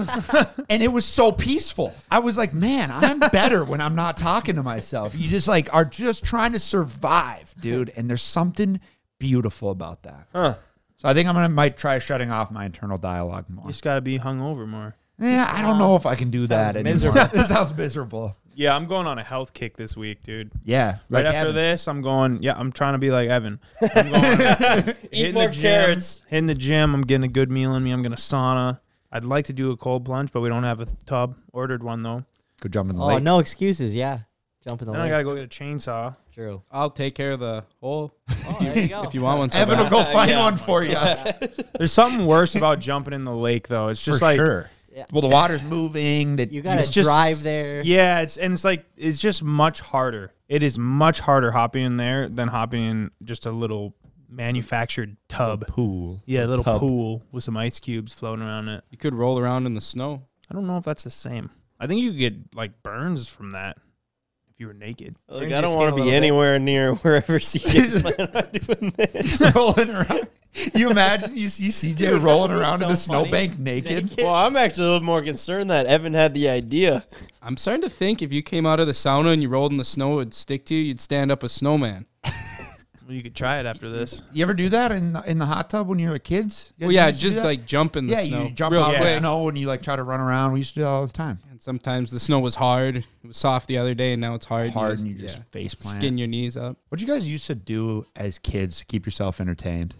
S3: and it was so peaceful. I was like, man, I'm better when I'm not talking to myself. You just like are just trying to survive, dude. And there's something beautiful about that.
S1: Huh.
S3: So I think I'm gonna might try shutting off my internal dialogue more.
S2: You just got to be hungover more.
S3: Yeah, I don't know if I can do that anymore.
S5: miserable.
S3: This sounds miserable.
S2: Yeah, I'm going on a health kick this week, dude.
S3: Yeah. like
S2: Right after
S3: Evan.
S2: this, I'm going. Yeah, I'm trying to be like Evan. I'm going, hitting
S1: more
S2: the gym,
S1: carrots.
S2: Hitting the gym. I'm getting a good meal in me. I'm going to sauna. I'd like to do a cold plunge, but we don't have a tub. Ordered one though.
S3: Go jump in the
S5: oh
S3: lake.
S5: no excuses. Yeah, jump in the
S2: Then I
S5: lake.
S2: got to go get a chainsaw.
S5: True.
S4: I'll take care of the whole
S5: Oh, there you go.
S4: if you want one. So
S3: Evan will
S4: bad.
S3: go find
S1: Yeah.
S3: one for you.
S2: There's something worse about jumping in the lake though. It's just
S3: for
S2: like
S3: sure.
S5: Yeah.
S3: Well, the water's moving. That
S5: You gotta
S2: it's just
S5: drive there.
S2: Yeah, it's and it's like it's just much harder. It is much harder hopping in there than hopping in just a little manufactured tub.
S3: pool.
S2: Yeah, a little
S3: Tub.
S2: pool with some ice cubes floating around it.
S4: You could roll around in the snow.
S2: I don't know if that's the same. I think you could get like burns from that if you were naked.
S1: Like,
S5: Turn
S1: I
S5: your
S1: don't
S5: skin
S1: want
S5: a
S1: to be
S5: little bit.
S1: anywhere near wherever CJ's planning on doing this.
S3: rolling around. You imagine you see CJ rolling
S5: was
S3: around in
S5: so
S3: the
S5: funny.
S3: snowbank naked.
S1: Well, I'm actually a little more concerned that Evan had the idea.
S4: I'm starting to think if you came out of the sauna and you rolled in the snow, it'd stick to you. You'd stand up a snowman.
S2: Well, you could try it after this.
S3: You ever do that in the, in the hot tub when you were like kids? You guys
S4: Well, yeah,
S3: used to do
S4: just
S3: that?
S4: like jump in the
S3: yeah,
S4: snow.
S3: you jump
S4: real
S3: out in the
S4: quick.
S3: snow and you like try to run around. We used to do that all the time.
S4: And sometimes the snow was hard. It was soft the other day, and now it's hard.
S3: Hard and you just
S4: yeah,
S3: face plant.
S4: skin your knees up.
S3: What you guys used to do as kids to keep yourself entertained?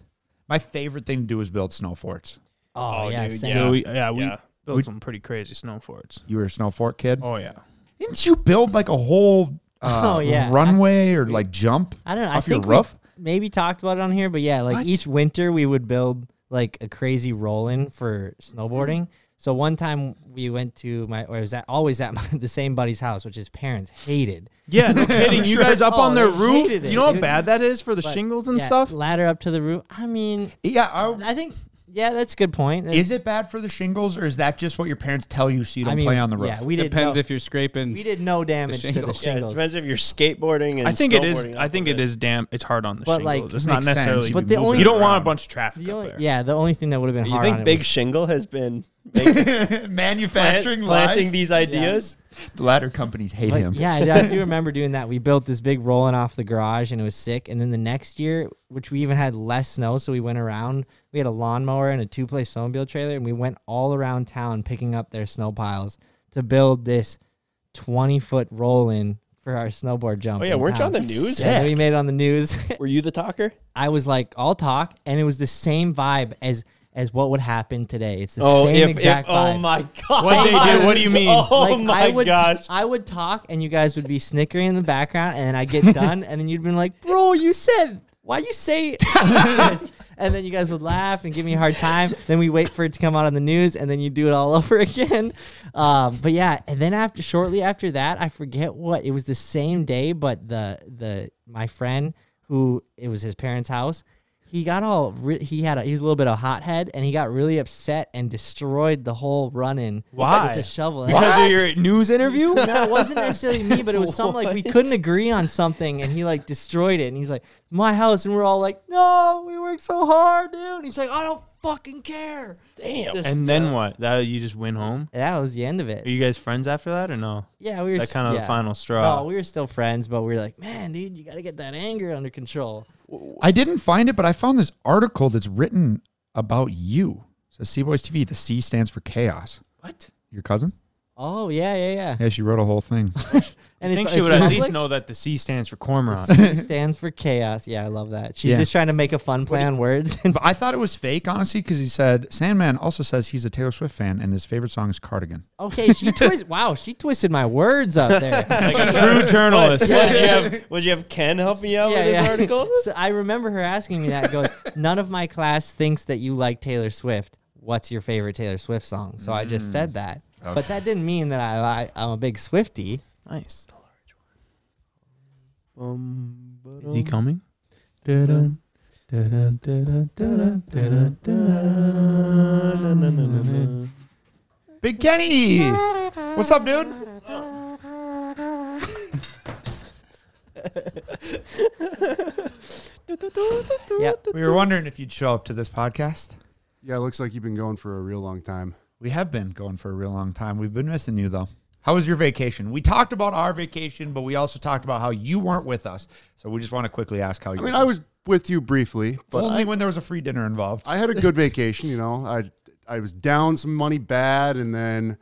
S3: My favorite thing to do was build snow forts.
S5: Oh, yeah,
S2: dude,
S5: same.
S2: yeah, we, yeah, we
S1: Yeah.
S2: built
S3: We-
S2: some pretty crazy snow forts.
S3: You were a snow fort kid.
S2: Oh yeah,
S3: Didn't you build like a whole uh,
S5: Oh, yeah.
S3: runway or like jump
S5: I don't know. I
S3: off your
S5: think we
S3: roof?
S5: maybe talked about it on here, but yeah, like each winter we would build like a crazy roll-in for snowboarding. So one time we went to my, or it was at, always at my, the same buddy's house, which his parents hated.
S2: yeah. No kidding. You
S3: sure.
S2: guys up
S5: Oh,
S2: on their
S5: they
S2: roof.
S5: hated it,
S2: you know how
S5: dude.
S2: bad that is for the
S5: But,
S2: shingles and
S5: yeah,
S2: stuff.
S5: Ladder up to the roof. I mean,
S3: Yeah. I,
S5: I think, yeah, that's a good point.
S3: is it bad for the shingles or is that just what your parents tell you so you
S5: I
S3: don't
S5: mean,
S3: play on the roof?
S5: Yeah, we did
S4: Depends
S5: no,
S4: if you're scraping.
S5: we did no damage to the
S4: shingles.
S1: Yeah, it
S5: shingles.
S1: depends if you're skateboarding and
S2: I think it is.
S1: snowboarding
S2: I
S1: off
S2: think
S1: of
S2: it is damn. It's hard on the
S5: But, like,
S2: shingles. it's
S3: It
S2: not
S3: makes sense.
S2: necessarily.
S3: You'd
S5: But
S3: be
S5: the
S3: moving
S5: only-
S2: you don't want a
S3: around.
S2: bunch of traffic
S5: the
S2: up
S5: only,
S2: there.
S5: yeah, the only thing that would have been
S1: You
S5: hard on
S1: think
S5: it
S1: Big
S5: was-
S1: Shingle has been making,
S3: manufacturing
S1: plant,
S3: lies.
S1: planting these ideas?
S3: The ladder companies hate
S5: But
S3: him.
S5: yeah, I- I do remember doing that. We built this big rolling off the garage, and it was sick. And then the next year, which we even had less snow, so we went around. We had a lawnmower and a two-place snowmobile trailer, and we went all around town picking up their snow piles to build this twenty-foot roll-in for our snowboard jump.
S1: Oh, yeah,
S5: in
S1: weren't you on
S5: town.
S1: the news?
S5: Yeah, we made it on the news.
S1: Were you the talker?
S5: I was like, "I'll talk," and it was the same vibe as as what would happen today. It's the
S1: Oh,
S5: same
S1: if,
S5: exact
S1: if,
S5: vibe.
S1: oh my god!
S2: What they did, what do you mean?
S1: Oh
S5: Like,
S1: my
S5: I would,
S1: gosh!
S5: I would talk and you guys would be snickering in the background and I'd get done and then you'd been like, bro, you said, why you say this?" And then you guys would laugh and give me a hard time. Then we wait for it to come out on the news and then you do it all over again. Um, but yeah, and then after shortly after that, I forget what it was the same day, but the the my friend who it was his parents' house. He got all re- he had a, he was a little bit of a hothead and he got really upset and destroyed the whole run in.
S2: Why?
S5: With a shovel.
S2: Because of your news interview.
S5: No, it wasn't necessarily me, but it was something like we couldn't agree on something, and he like destroyed it. And he's like, "My house," and we're all like, "No, we worked so hard, dude." And he's like, "I don't fucking care."
S1: Damn.
S5: Just-
S2: And then what? That you just went home.
S5: that was the end of
S2: Are
S5: it.
S2: you guys friends after that or no?
S5: Yeah, we were
S2: That
S5: s-
S2: kind of
S5: yeah.
S2: the final straw.
S5: No, we were still friends, but we were like, "Man, dude, you got to get that anger under control."
S3: I didn't find it, but I found this article that's written about you. It says Seaboys TV. The C stands for chaos.
S2: what?
S3: Your cousin?
S5: Oh yeah, yeah, yeah.
S3: Yeah, she wrote a whole thing.
S5: And
S2: I think
S5: it's,
S2: she
S5: it's
S2: would at
S5: public.
S2: least know that the C stands for Cormorant.
S5: It stands for chaos. Yeah, I love that. She's
S3: Yeah.
S5: just trying to make a fun play on words.
S3: but I thought it was fake, honestly, because he said Sandman also says he's a Taylor Swift fan and his favorite song is Cardigan.
S5: okay, she twisted. Wow, she twisted my words up there.
S2: like a true journalist.
S1: Would you have, would you have Ken help me out with this article?
S5: so I remember her asking me that. Goes, none of my class thinks that you like Taylor Swift. What's your favorite Taylor Swift song? So I just said that, but that didn't mean that I, I I'm a big Swifty.
S2: Nice.
S1: Um, but,
S2: Is he
S1: um,
S2: coming?
S3: Big Kenny, what's up, dude?
S5: Yeah,
S3: We were wondering if you'd show up to this podcast.
S6: Yeah, it looks like you've been going for a real long time.
S3: We have been going for a real long time. We've been missing you though. How was your vacation? We talked about our vacation, but we also talked about how you weren't with us. So we just want to quickly ask how you.
S6: I mean, I was with you briefly, but
S3: only
S6: I,
S3: when there was a free dinner involved.
S6: I had a good vacation. You know, I I was down some money bad, and then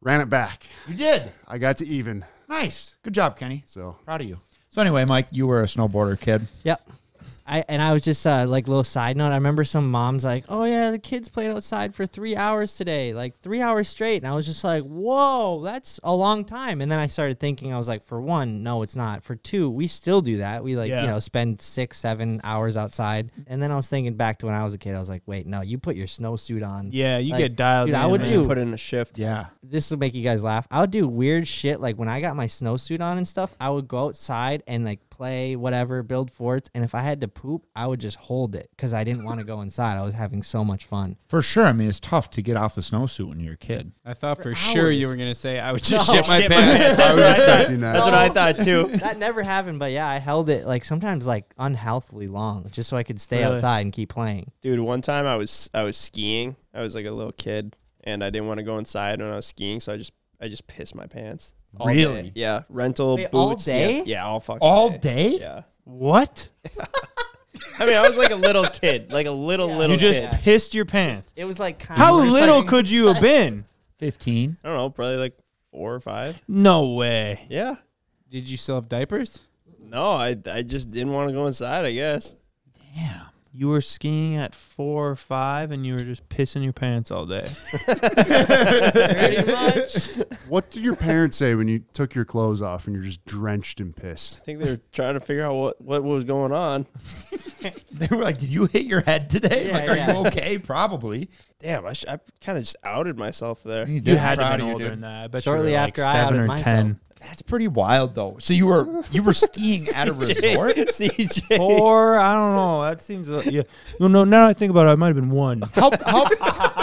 S6: ran it back.
S3: You did
S6: I got to even.
S3: nice. Good job, Kenny.
S6: So
S3: Proud of you. So anyway, Mike, you were a snowboarder kid.
S5: Yep. I and I was just uh, like little side note. I remember some moms like, "Oh yeah, the kids played outside for three hours today, like three hours straight." And I was just like, "Whoa, that's a long time." And then I started thinking, I was like, "For one, no, it's not. For two, we still do that. We like
S1: Yeah.
S5: you know spend six, seven hours outside." And then I was thinking back to when I was a kid. I was like, "Wait, no, you put your snowsuit on.
S2: Yeah, you
S5: Like,
S2: get dialed
S5: dude, I
S2: in,
S5: would
S2: man.
S5: do-
S1: put in a shift.
S3: Yeah.
S5: This will make you guys laugh. I would do weird shit like when I got my snowsuit on and stuff. I would go outside and like play whatever, build forts, and if I had to poop, I would just hold it because I didn't want to go inside. I was having so much fun.
S3: For sure. I mean, it's tough to get off the snowsuit when you're a kid.
S4: I thought for, sure you
S5: hours.
S4: were gonna say I would just shit my
S1: shit my
S4: pants.
S6: I was expecting that.
S1: That's what I thought too.
S5: That never happened, but yeah, I held it like sometimes like unhealthily long just so I could stay
S1: Really?
S5: outside and keep playing.
S1: Dude, one time I was I was skiing. I was like a little kid, and I didn't want to go inside when I was skiing, so I just I just pissed my pants. All day.
S3: Really?
S1: Yeah. Rental
S5: Wait,
S1: boots.
S5: all
S1: yeah.
S5: day?
S1: Yeah, all fucking
S3: All
S1: day.
S3: day?
S1: Yeah.
S2: What?
S1: I mean, I was like a little kid, like a little little
S2: You just
S1: kid.
S2: pissed your pants.
S5: It was like kind
S2: How little could you have been?
S3: 15.
S1: I don't know, probably like four or five.
S2: No way.
S1: Yeah.
S4: Did you still have diapers?
S1: No, I I just didn't want to go inside. I guess.
S3: Damn.
S2: You were skiing at four or five, and you were just pissing your pants all day.
S5: pretty much.
S6: What did your parents say when you took your clothes off and you're just drenched in piss?
S1: I think they were trying to figure out what what was going on.
S3: They were like, Did you hit your head today?
S5: Yeah,
S3: like, are
S5: yeah.
S3: you okay? Probably.
S1: Damn, I, sh- I kind of just outed myself there.
S3: You,
S2: You had to
S3: Proud
S2: have been
S3: of you,
S2: older
S3: dude.
S2: than that. I bet
S5: Shortly
S2: you were
S5: after I
S2: like seven
S5: outed
S2: or
S5: myself.
S2: ten.
S3: That's pretty wild though. So you were you were skiing at a resort?
S1: CJ.
S2: Or I don't know. That seems a- yeah. No, no. Now that I think about it, I might have been one.
S3: How, how,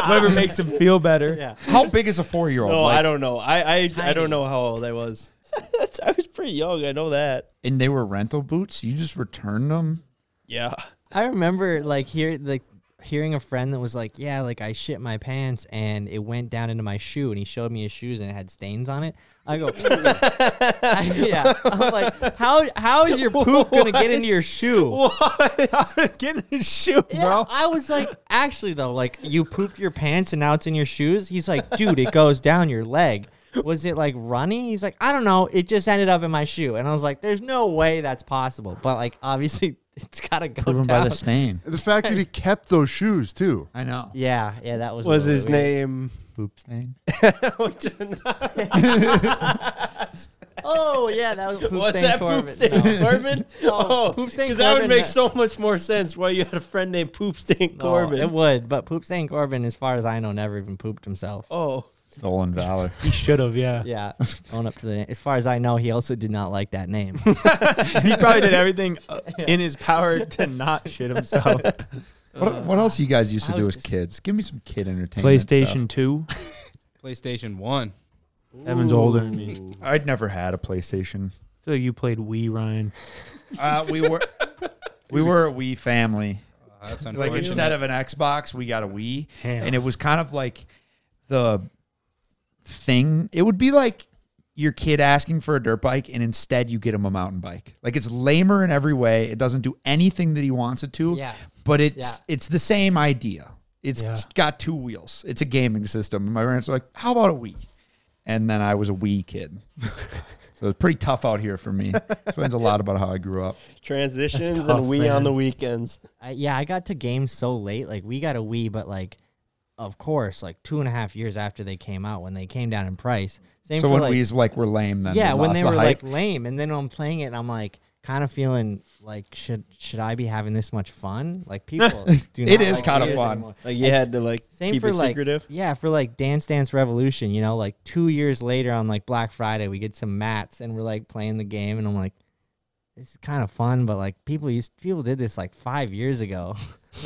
S2: Whatever makes him feel better.
S5: Yeah.
S3: how big is a four year old?
S1: No, Oh, I don't know. I I, I don't know how old I was. That's, I was pretty young. I know that.
S3: and they were rental boots. You just returned them.
S1: Yeah.
S5: I remember like hear like hearing a friend that was like, "Yeah, like I shit my pants and it went down into my shoe," and he showed me his shoes and it had stains on it. I go, "Ooh." I- "Yeah." I'm like, "How how is your poop gonna get into your shoe?"
S2: What? Getting his shoe,
S5: Yeah,
S2: bro.
S5: I was like, actually though, like you pooped your pants and now it's in your shoes. He's like, dude, it goes down your leg. Was it like runny? He's like, I don't know. It just ended up in my shoe, and I was like, "There's no way that's possible." But like, obviously, it's gotta go
S3: Proven
S5: down.
S3: by the stain.
S6: The fact that he kept those shoes too.
S3: I know.
S5: Yeah, yeah, that was a
S1: Was
S5: little
S1: his
S5: bit weird.
S1: name?
S3: Poop stain.
S5: Oh yeah, that was poop
S1: What's
S5: stain
S1: that
S5: Corbin.
S1: poop stain
S5: No.
S1: Corbin? Oh,
S5: Poop
S1: poop
S5: Stain
S1: stain. Because that would
S5: Corbin,
S1: make
S5: that-
S1: so much more sense why you had a friend named Poop Stain
S5: No,
S1: Corbin.
S5: it would, but poop stain Corbin, as far as I know, never even pooped himself.
S1: oh,
S3: Stolen valor.
S2: He should have. Yeah.
S5: Yeah, own up to the. As far as I know, he also did not like that name.
S2: He probably did everything uh, in his power to not shit himself.
S3: What, what else you guys used to
S5: I
S3: do
S5: was
S3: as
S5: just-
S3: kids? Give me some kid entertainment.
S2: PlayStation Two.
S4: PlayStation One.
S2: Evan's older than me. I
S3: stuff. I'd never had a PlayStation.
S2: feel like you played Wii, Ryan.
S3: Uh, we were we were a Wii family.
S4: Oh, that's
S3: Like
S4: unfortunate.
S3: instead of an Xbox, we got a Wii,
S2: Damn.
S3: and it was kind of like the thing. It would be like your kid asking for a dirt bike, and instead you get him a mountain bike. Like it's lamer in every way. It doesn't do anything that he wants it to.
S5: Yeah.
S3: but it's
S5: Yeah.
S3: it's the same idea. It's
S2: Yeah.
S3: got two wheels. It's a gaming system. And my parents are like, "How about a Wii?" and then I was a wee kid. so it's pretty tough out here for me. Explains a lot about how I grew up.
S1: Transitions
S2: That's tough,
S1: and we
S2: man.
S1: on the weekends.
S5: I, yeah, I got to games so late. Like we got a Wii, but like, of course, like two and a half years after they came out, when they came down in price. Same
S3: so
S5: for
S3: when
S5: like,
S3: we's like were lame, then
S5: yeah,
S3: we
S5: when
S3: lost
S5: they
S3: the
S5: were
S3: hype.
S5: like lame, and then I'm playing it, and I'm like kind of feeling like should should I be having this much fun? Like people, do not
S3: It is
S5: like
S3: kinda
S5: Wii's
S3: fun.
S5: anymore.
S1: Like you
S5: It's-
S1: had to like
S5: same
S1: keep
S5: for
S1: it
S5: like
S1: secretive.
S5: yeah for like Dance Dance Revolution. You know, like two years later on like Black Friday, we get some mats and we're like playing the game, and I'm like. This is kind of fun, but like people used people did this like five years ago.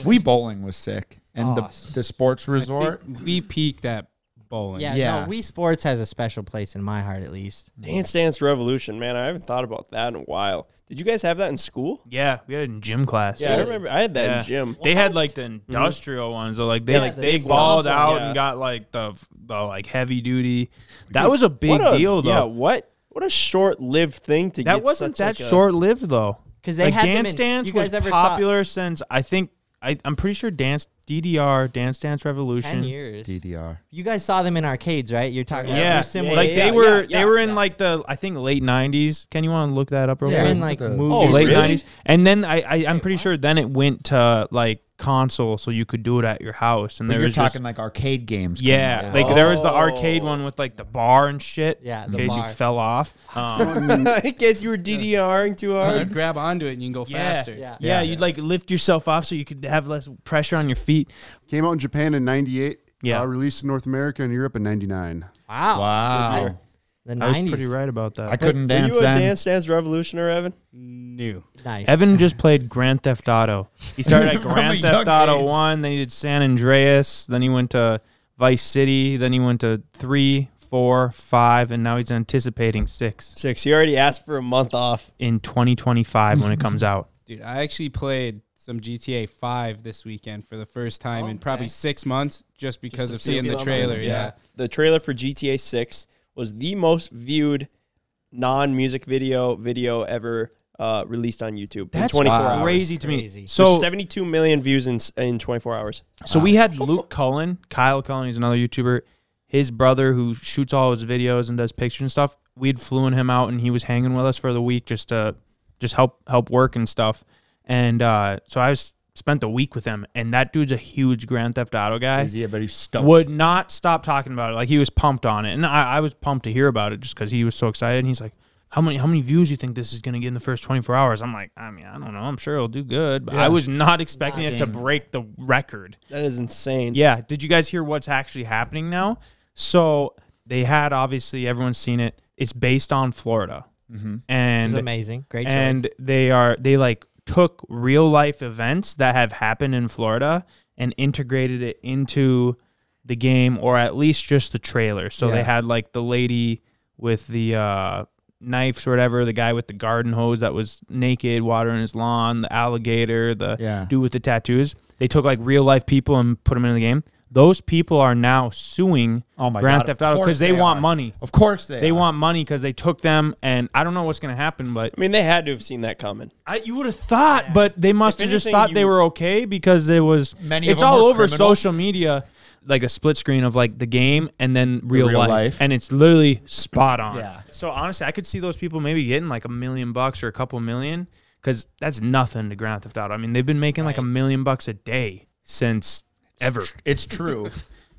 S3: we bowling was sick, and
S5: Oh,
S3: the the sports resort.
S4: we peaked at bowling.
S5: Yeah,
S3: Yeah.
S5: no, Wii Sports has a special place in my heart, at least.
S1: Dance Dance Revolution, man. I haven't thought about that in a while. Did you guys have that in school?
S2: Yeah, we had it in gym class.
S1: Yeah, I remember. I had that
S2: Yeah.
S1: in gym.
S2: They had like the industrial ones, though. Like they
S5: Yeah,
S2: like
S5: the
S2: they
S5: big
S2: balled
S1: ones.
S2: out
S1: Yeah.
S2: and got like the the like heavy duty. That was a big
S1: What a-
S2: deal,
S1: Yeah,
S2: though.
S1: what? What a short-lived thing to get.
S2: that wasn't
S1: such,
S2: that
S1: like, a-
S2: short lived though.
S5: 'Cause they
S2: like,
S5: had them
S2: Dance
S5: in-
S2: Dance
S5: you
S2: was
S5: guys ever saw-
S2: popular since I think I I'm pretty sure Dance DDR Dance Dance Revolution.
S5: Ten years.
S3: DDR.
S5: You guys saw them in arcades, right? You're talking about
S2: Yeah,
S5: they're similar.
S2: like
S1: yeah,
S2: they
S1: yeah,
S2: were
S1: yeah,
S2: they were in
S1: yeah.
S2: like the I think late '90s. Can you want to look that up real
S5: They're
S3: Yeah.
S2: quick?
S5: in like
S3: the-
S5: movies.
S2: late
S1: really?
S2: '90s, and then I, I I'm pretty sure then it went to like console, so you could do it at your house. And
S3: But
S2: there
S3: you're
S2: was just-
S3: talking like arcade games. coming
S2: Yeah,
S3: out.
S2: like there was the arcade
S1: Oh.
S2: one with like the bar and shit.
S5: Yeah,
S2: in
S5: the
S2: case
S5: bar.
S2: you fell off. Um,
S1: in case you were DDRing too
S4: You
S1: hard.
S4: grab onto it and you can go
S2: yeah,
S4: faster.
S5: Yeah.
S2: yeah, you'd like lift yourself off so you could have less pressure on your feet.
S6: Came out in Japan in '98.
S2: Yeah.
S6: uh, released in North America and Europe in '99.
S5: Wow.
S3: wow,
S5: The
S2: I was
S5: nineties.
S2: pretty right about that.
S3: I couldn't
S1: Were you
S3: dance
S1: a
S3: then.
S1: Dance Dance Revolutioner, Evan?
S4: New.
S5: Nice.
S2: Evan just played Grand Theft Auto. He started at
S3: From a
S2: Grand Theft
S3: young
S2: Auto
S3: age.
S2: One, then he did San Andreas, then he went to Vice City, then he went to three, four, five, and now he's anticipating six
S1: Six. He already asked for a month off.
S2: in 2025 when it comes out.
S4: Dude, I actually played some GTA 5 this weekend for the first time in probably
S5: Okay.
S4: six months just because
S1: to
S4: of
S1: feel
S4: seeing the
S1: something,
S4: trailer.
S1: yeah.
S4: Yeah.
S1: The trailer for GTA 6 was the most viewed non-music video video ever uh, released on YouTube
S2: That's
S1: in 24 hours.
S2: crazy to
S5: Crazy.
S2: me.
S1: So
S2: So
S1: 72 million views in s- in 24 hours.
S2: So we had Luke Cullen, Kyle Cullen, he's another YouTuber. His brother, who shoots all his videos and does pictures and stuff, we'd flown him out, and he was hanging with us for the week just to just help help work and stuff. And uh, so I was spent the week with him, and that dude's a huge Grand Theft Auto guy.
S3: Yeah, but he's stuck.
S2: Would not stop talking about it. Like he was pumped on it, and I, I was pumped to hear about it just because he was so excited. And he's like, "How many how many views you think this is gonna get in the first 24 hours?" I'm like, "I mean, I don't know. I'm sure it'll do good, but I was not expecting it to break the record."
S1: That is insane.
S2: Yeah. Did you guys hear what's actually happening now? So they had obviously everyone's seen it. It's based on Florida,
S5: Mm-hmm. This
S2: and
S5: is amazing. Great
S2: and
S5: choice.
S2: they are they like took real life events that have happened in Florida and integrated it into the game or at least just the trailer. So they
S3: Yeah.
S2: had like the lady with the uh knives or whatever, the guy with the garden hose that was naked watering his lawn, the alligator, the
S3: Yeah.
S2: dude with the tattoos. They took like real life people and put them in the game. Those people are now suing
S3: Oh my
S2: Grand
S3: God, of
S2: Theft Auto
S3: course
S2: because they,
S3: they
S2: want
S3: are.
S2: money.
S3: Of course they.
S2: They
S3: are.
S2: want money because they took them, and I don't know what's going to happen, but
S1: I mean, they had to have seen that coming.
S2: I, you would have thought, but they must
S1: If
S2: have just
S1: anything,
S2: thought
S1: you-
S2: they were okay because it was.
S3: Many of
S2: it's
S3: them
S2: all
S3: were
S2: over
S3: criminal.
S2: social media, like a split screen of like the game and then real,
S3: real
S2: life,
S3: life.
S2: and it's literally spot on.
S3: Yeah.
S2: So honestly, I could see those people maybe getting like a million bucks or a couple million because that's nothing to Grand Theft Auto. I mean, they've been making like a million bucks a day since ever.
S3: It's true.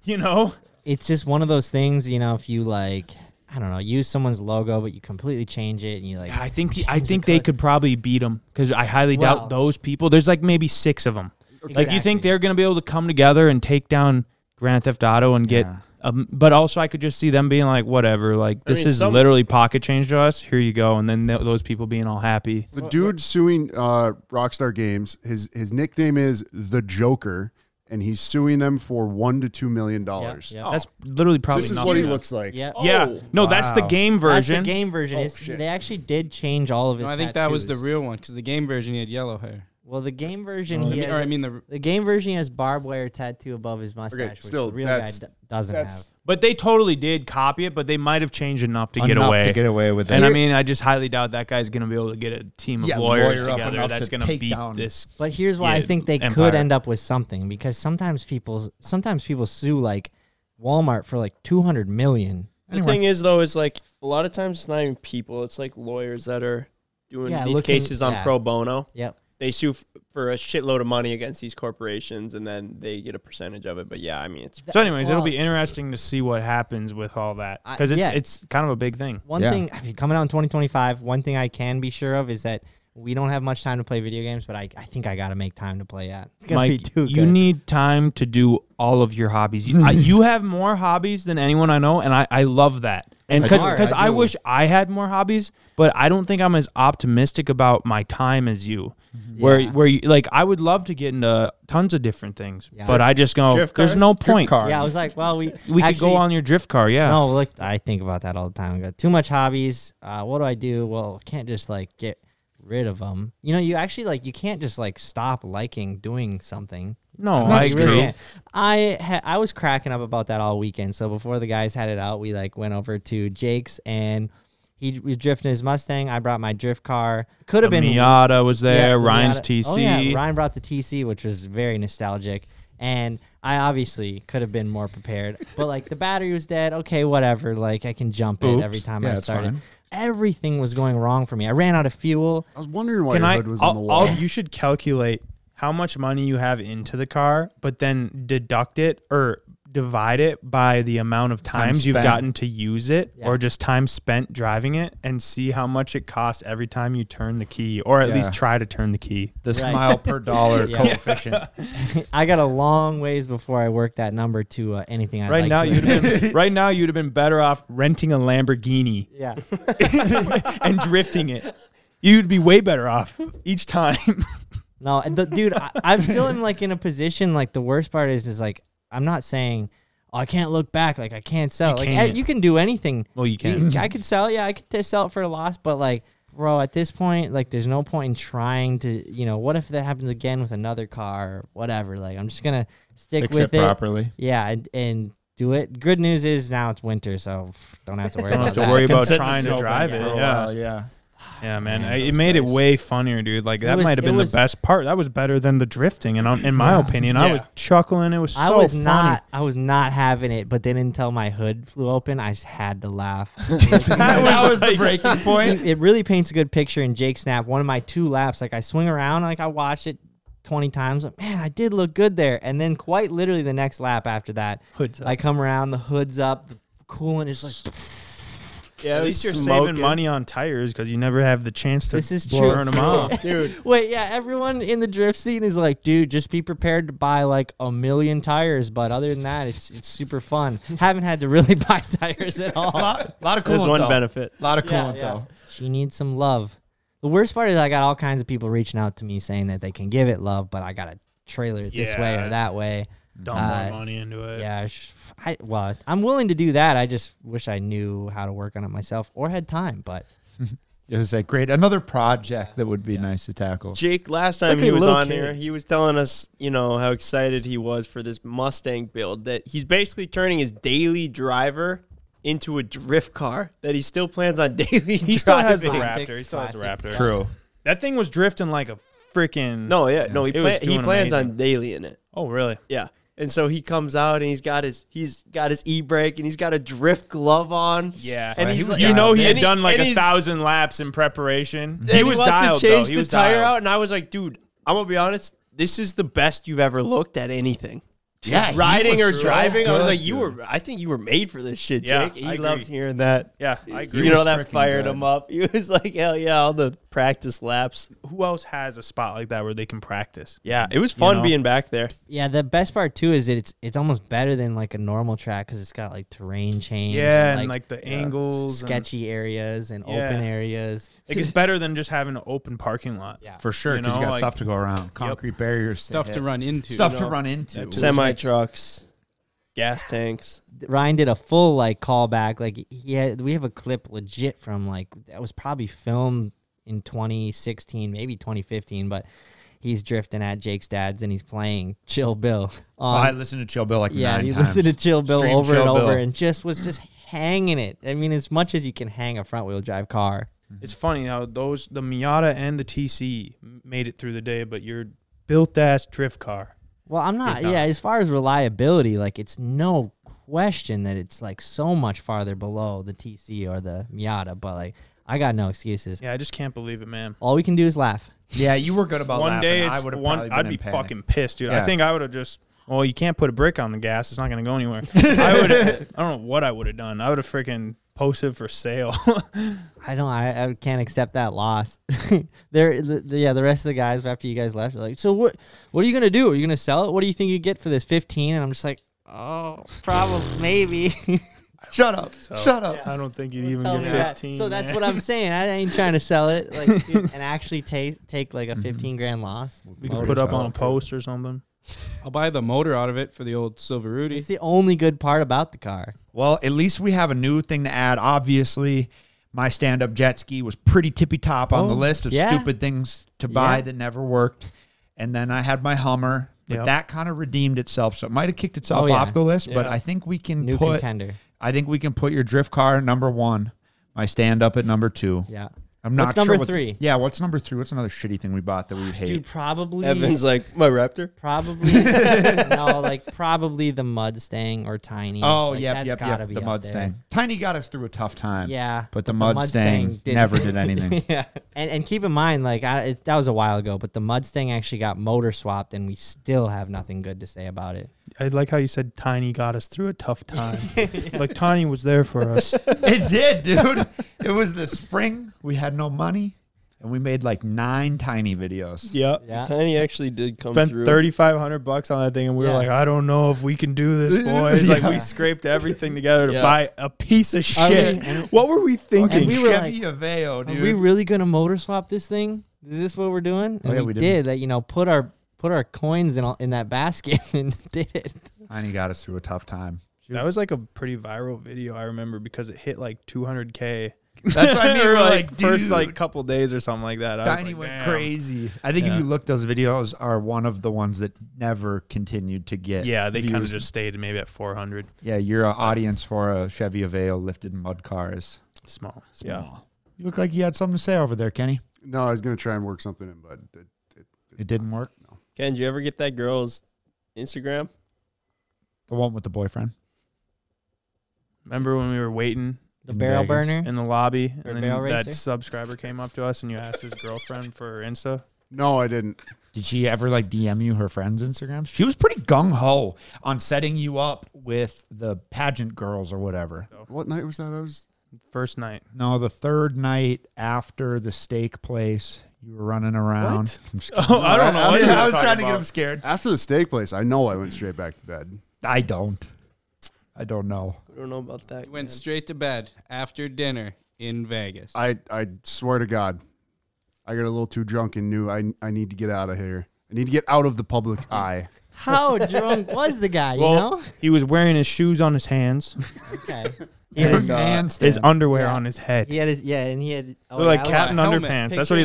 S2: You know,
S5: it's just one of those things, you know, if you like I don't know, use someone's logo but you completely change it and you like
S2: I think I
S5: James
S2: think they
S5: Cook.
S2: could probably beat them because I highly
S5: Wow.
S2: doubt those people. There's like maybe six of them. Like you think
S5: Exactly.
S2: they're going to be able to come together and take down Grand Theft Auto and get
S3: Yeah.
S2: um, but also I could just see them being like whatever, like this
S1: mean,
S2: is
S1: some-
S2: literally pocket change to us. Here you go and then th- those people being all happy.
S6: The dude suing uh, Rockstar Games. His his nickname is the Joker, and he's suing them for one to two million dollars.
S5: Yeah.
S2: That's literally probably
S6: This is
S2: nothing.
S6: Oh, what he looks like. Oh,
S5: yeah. Oh,
S2: Yeah. No, that's the
S3: Wow.
S2: game
S5: That's
S2: version.
S5: the game version. It's- they actually did change all of his
S4: No, I think that was the
S5: tattoos.
S4: real one because the game version he had yellow hair. Oh,
S5: Well, the game
S6: Oh,
S5: version
S4: I
S5: he
S4: mean-
S5: has
S4: or I mean the
S5: The game version has barbed wire tattoo above his mustache, which
S6: still,
S5: the real guy
S6: that's-
S5: d- doesn't have.
S6: that's-
S2: But they totally did copy it, but they might have changed enough to get
S3: Enough
S2: away.
S3: To get away with
S2: and
S3: it.
S2: I mean, I just highly doubt that guy's going to be able to get a team of
S3: Yeah,
S2: lawyers
S3: lawyer up
S2: together
S3: enough
S2: that's
S3: to
S2: going to
S3: take
S2: beat
S3: down-
S2: this.
S5: But here's why I
S2: Yeah,
S5: think they
S2: Empire.
S5: could end up with something because sometimes people sometimes people sue like Walmart for like 200 million
S1: The
S3: Anyway.
S1: thing is, though, is like a lot of times it's not even people; it's like lawyers that are doing
S5: Yeah,
S1: these
S5: looking-
S1: cases on
S5: yeah.
S1: pro bono.
S5: Yep.
S1: They sue f- for a shitload of money against these corporations, and then they get a percentage of it. But yeah, I mean, it's
S2: So, anyways, it'll
S5: Well-
S2: be interesting to see what happens with all that
S5: I-
S2: because it's
S5: yeah.
S2: it's kind of a big thing.
S5: One
S3: Yeah.
S5: thing I mean, coming out in 2025, one thing I can be sure of is that we don't have much time to play video games, but I, I think I got to make time to play that. It's gonna be
S2: Mike,
S5: too
S2: you
S5: good.
S2: need time to do all of your hobbies. You, I, you have more hobbies than anyone I know, and I, I love that. And
S3: I
S2: because
S3: do, I
S2: I,
S3: do.
S2: wish I had more hobbies, but I don't think I'm as optimistic about my time as you. Where
S5: Mm-hmm. Yeah.
S2: where you, like I would love to get into tons of different things,
S5: Yeah.
S2: but I just go.
S1: Drift
S2: There's
S1: cars?
S2: no
S3: Drift
S2: point.
S3: car.
S5: Yeah, I was like, well, we
S2: We could
S5: actually-
S2: go on your drift car, yeah.
S5: No, like I think about that all the time. I go too much hobbies. Uh, what do I do? Well, I can't just like get rid of them. You know, you actually like you can't just like stop liking doing something.
S2: no, I
S3: That's
S2: agree.
S3: true.
S5: Oh, Yeah. I ha- I was cracking up about that all weekend. So before the guys had it out, we like went over to Jake's and he was drifting his Mustang. I brought my drift car. Could have
S2: The
S5: been
S2: Miata was
S5: yeah,
S2: there.
S5: we
S2: Ryan's
S5: got it.
S2: TC.
S5: Oh, yeah, Ryan brought the TC, which was very nostalgic. And I obviously could have been more prepared, but like the battery was dead. Okay, whatever. Like I can jump it every
S3: Oops.
S5: time
S3: Yeah,
S5: I
S3: it's
S5: started.
S3: fine.
S5: Everything was going wrong for me. I ran out of fuel.
S6: I was wondering why
S2: Can
S6: your
S2: I?
S6: hood was
S2: I'll-
S6: on the wall.
S2: I'll- you should calculate how much money you have into the car, but then deduct it or divide it by the amount of times you've
S3: spent.
S2: gotten to use it,
S5: Yeah.
S2: or just time spent driving it, and see how much it costs every time you turn the key, or at
S3: Yeah.
S2: least try to turn the key.
S3: The
S5: Right.
S3: smile per dollar
S5: Yeah.
S3: coefficient.
S5: I got a long ways before I worked that number to uh, anything I
S2: Right
S5: like
S2: now,
S5: to
S2: you'd
S5: invest.
S2: have been, right now you'd have been better off renting a Lamborghini
S5: yeah.
S2: and drifting it. You'd be way better off each time.
S5: No, and the, dude, I, I'm still in like in a position. Like the worst part is, is like I'm not saying oh, I can't look back. Like I can't sell. like eh,
S2: can't.
S5: you can do anything.
S2: well, you
S5: You- I could sell. Yeah, I could t- sell it for a loss, but like, bro, at this point, like, there's no point in trying to, you know, what if that happens again with another car or whatever? Like, I'm just gonna stick
S3: Fix
S5: with
S3: it
S5: it.
S3: properly.
S5: Yeah, and, and do it. Good news is now it's winter, so pff, don't have to worry
S2: Don't
S5: about
S2: have to
S5: that.
S2: worry
S3: Can
S2: about
S3: sit in the
S2: trying to
S3: snow
S2: drive
S3: for
S2: it.
S3: a
S2: Yeah.
S3: while, yeah.
S2: Yeah, man,
S3: Man,
S2: I,
S3: those
S2: it made
S3: days.
S2: it way funnier, dude. Like that
S5: was-
S2: might have
S5: it
S2: been
S5: was-
S2: the best part. That was better than the drifting, and I'm, in my opinion, I
S1: Yeah.
S2: was chuckling. It was so
S5: I was
S2: funny.
S5: not. I was not having it. But then until my hood flew open, I just had to laugh.
S3: That was, the
S2: like-
S3: breaking point.
S5: it really paints a good picture in Jake Snap. One of my two laps, like I swing around, like I watched it twenty times. Like, man, I did look good there. And then quite literally the next lap after that,
S2: Hood's up.
S5: I come around, the hood's up, the coolant is like
S1: yeah.
S2: At least you're saving money on tires because you never have the chance to
S5: This is true.
S2: burn them off.
S1: dude.
S5: Wait, yeah, everyone in the drift scene is like, dude, just be prepared to buy like a million tires, but other than that, it's it's super fun. Haven't had to really buy tires at
S3: A
S5: all.
S3: lot, lot of coolant.
S1: There's one
S3: though.
S1: benefit.
S3: lot of
S5: Yeah,
S3: coolant,
S5: yeah.
S3: though.
S5: She needs some love. The worst part is I got all kinds of people reaching out to me saying that they can give it love, but I got to trailer it this way
S2: Yeah.
S5: or that way.
S2: Dump
S5: Uh,
S2: more money into it.
S5: Yeah, I sh- I, well, I'm willing to do that. I just wish I knew how to work on it myself or had time. But
S3: It was like great. Another project that would be nice to tackle.
S1: Jake, last time
S2: like
S1: he
S2: a
S1: was
S2: little
S1: on
S2: kid.
S1: here, he was telling us, you know, how excited he was for this Mustang build. That he's basically turning his daily driver into a drift car that he still plans on daily.
S2: He still has the
S1: driving.
S5: Classic,
S2: Raptor. He still has the
S5: classic.
S2: Raptor.
S3: True.
S2: That thing was drifting like a freaking.
S1: No, yeah, no, he,
S2: It
S1: pla-
S2: was
S1: he
S2: doing
S1: plans on
S2: amazing.
S1: daily in it.
S2: Oh, really?
S1: Yeah. And so he comes out and he's got his he's got his e brake and he's got a drift glove on.
S2: Yeah.
S1: and
S3: Well, he
S1: he's
S3: was
S1: like,
S2: You know he
S1: and
S2: had done like
S1: and
S2: a
S1: he's-
S2: thousand laps in preparation.
S1: and
S2: He was
S1: wants
S2: dialed
S1: to
S2: though.
S1: change
S2: He
S1: the
S2: was
S1: tire
S2: dialed.
S1: out, and I was like, dude, I'm gonna be honest, this is the best you've ever looked at anything.
S3: Yeah, he
S1: riding or
S3: was so
S1: driving, I was
S3: good,
S1: like, you
S3: dude.
S1: were. I think you were made for this shit,
S2: Yeah,
S1: Jake. He
S2: I agree.
S1: loved hearing that.
S2: Yeah, I agree.
S1: You know
S3: was
S1: that
S3: freaking
S1: fired
S3: good.
S1: him up. He was like, hell yeah, all the practice laps.
S2: Who else has a spot like that where they can practice?
S1: Yeah, it was fun
S2: know?
S1: being back there.
S5: yeah, the best part too is that it's it's almost better than like a normal track because it's got like terrain change. uh,
S2: Yeah, and like the angles, and-
S5: sketchy areas and
S2: Yeah.
S5: open areas.
S2: Like it's better than just having an open parking lot.
S5: Yeah.
S3: For sure,
S2: You
S3: because you,
S2: know,
S3: got
S2: like-
S3: stuff to go around, concrete barriers,
S4: Stuff to
S3: hit,
S4: run into.
S3: stuff
S4: you
S3: to
S4: know?
S3: run into.
S1: Semi trucks, gas tanks.
S5: Ryan did a full like callback. Like he had, we have a clip legit from like that was probably filmed in 2016, maybe 2015, but he's drifting at Jake's dad's and he's playing Chill Bill.
S3: Oh, I
S5: On,
S3: listened to Chill Bill like
S5: yeah,
S3: nine
S5: he
S3: times.
S5: listened to Chill Bill
S3: Stream
S5: over and
S3: Chill
S5: over
S3: Bill.
S5: and just was just hanging it. I mean, as much as you can hang a front wheel drive car.
S2: It's funny how those the Miata and the TC made it through the day, but your built ass drift car.
S5: Well, I'm not.
S2: not.
S5: Yeah, as far as reliability, like it's no question that it's like so much farther below the TC or the Miata, but like I got no excuses.
S2: Yeah, I just can't believe it, man.
S5: All we can do is laugh.
S3: Yeah, you were good about
S2: one
S3: laughing.
S2: day it's
S3: I would have
S2: one. I'd be fucking pissed, dude. I
S3: Yeah.
S2: think I would have just. Well, you can't put a brick on the gas. It's not going to go anywhere. I would. I don't know what I would have done. I would have freaking posted for sale.
S5: I don't. I, I can't accept that loss. there, the, the- yeah. The rest of the guys after you guys left, are like, so what? What are you gonna do? Are you gonna sell it? What do you think you get for this fifteen? And I'm just like, oh, probably maybe.
S3: Shut up! Shut up!
S2: I don't think you'd even
S5: Tell me
S2: get
S5: that.
S2: fifteen.
S5: So that's
S2: man.
S5: what I'm saying. I ain't trying to sell it, like, dude, and actually take take like a
S3: Mm-hmm.
S5: fifteen grand loss.
S2: we could put up on a post or something.
S4: I'll buy the motor out of it for the old Silver Rudy.
S5: It's the only good part about the car.
S3: Well, at least we have a new thing to add. Obviously, my stand up jet ski was pretty tippy top on the
S5: Oh,
S3: list of
S5: yeah.
S3: stupid things to buy
S5: Yeah.
S3: that never worked. And then I had my Hummer, but
S2: Yep.
S3: that kind of redeemed itself. So it might have kicked itself
S5: Oh, yeah.
S3: off the list, but
S2: Yeah.
S3: I think we can
S5: New
S3: put
S5: contender.
S3: I think we can put your drift car at number one, my stand up at number two.
S5: Yeah,
S3: I'm not
S5: What's
S3: sure
S5: number
S3: what-
S5: three? Ah,
S3: yeah, what's number three? What's another shitty thing we bought that we would hate?
S5: dude. Probably
S1: Evan's like my Raptor.
S5: Probably no, like probably the Mudstang or Tiny.
S3: oh,
S5: like,
S3: yep,
S5: that's
S3: yep,
S5: gotta
S3: yep.
S5: be
S3: The
S5: up there.
S3: Mudstang. Tiny got us through a tough time.
S5: Yeah,
S3: But the
S5: the
S3: Mudstang
S5: Mustang didn't.
S3: never did anything.
S5: yeah, and and keep in mind, like I, it, that was a while ago, but the Mudstang actually got motor swapped, and we still have nothing good to say about it.
S2: I like how you said Tiny got us through a tough time. Like Tiny was there for us.
S3: It did, dude. it was the spring. We had no money, and we made like nine tiny videos.
S2: Yep.
S5: Yeah,
S1: Tiny actually did come
S2: Spent
S1: through.
S2: thirty five hundred bucks on that thing, and we
S5: Yeah.
S2: were like, "I don't know if we can do this, boys." Like
S3: Yeah.
S2: we scraped everything together to
S1: Yeah.
S2: buy a piece of shit.
S5: and-
S2: what were we thinking?
S5: And we were
S3: Chevy Aveo,
S5: are
S3: dude.
S5: we really gonna motor swap this thing? Is this what we're doing? And
S3: yeah,
S5: we,
S3: we didn't.
S5: did that. You know, put our put our coins in all, in that basket and did it.
S3: tiny got us through a tough time.
S2: That was like a pretty viral video I remember because it hit like 200k.
S3: That's what I mean.
S2: Or,
S3: We're like,
S2: first
S3: dude.
S2: like couple days or something like that. I was
S3: Tiny
S2: like,
S3: went
S2: "Damn."
S3: crazy. I think
S2: Yeah.
S3: if you look, those videos are one of the ones that never continued to get.
S2: Yeah, they kind of
S3: views.
S2: just stayed maybe at 400.
S3: Yeah, your uh, audience for a Chevy Aveo lifted mud car is
S2: Small.
S1: Yeah.
S3: small. You look like you had something to say over there, Kenny.
S6: No, I was gonna try and work something in, but it, it,
S3: It didn't work.
S1: Ken, did you ever get that girl's Instagram?
S3: The one with the boyfriend.
S2: Remember when we were waiting
S5: The
S3: In
S5: barrel
S3: Vegas.
S5: burner.
S2: in the lobby
S5: Or
S2: and
S5: Barrel
S2: then that
S5: Racer?
S2: subscriber came up to us and you asked his girlfriend for her Insta?
S6: No, I didn't.
S3: Did she ever like DM you her friend's Instagrams? She was pretty gung ho on setting you up with the pageant girls or whatever.
S2: Oh.
S6: What night was that? I was.
S2: First night.
S3: No, the third night after the steak place, you were running around. I'm just kidding.
S2: Oh, I don't know.
S3: I,
S2: what you were
S3: was
S2: talking
S3: trying to get
S2: about.
S3: him scared.
S6: After the steak place, I know I went straight back to bed.
S3: I don't. I don't know.
S1: I don't know about that.
S4: It went
S1: man.
S4: straight to bed after dinner in Vegas.
S6: I, I swear to God, I got a little too drunk and knew I, I need to get out of here. I need to get out of the public
S2: Oh.
S6: eye.
S5: How drunk was the guy? you
S2: Well,
S5: know.
S2: he was wearing his shoes on his hands,
S5: Okay. He
S3: It
S5: had
S3: was
S5: his,
S3: handstand.
S2: his underwear
S5: Yeah.
S2: on his head.
S5: he had his yeah, and he had oh,
S2: Looked like
S5: yeah, I
S2: Captain
S4: a helmet.
S2: Underpants. That's what he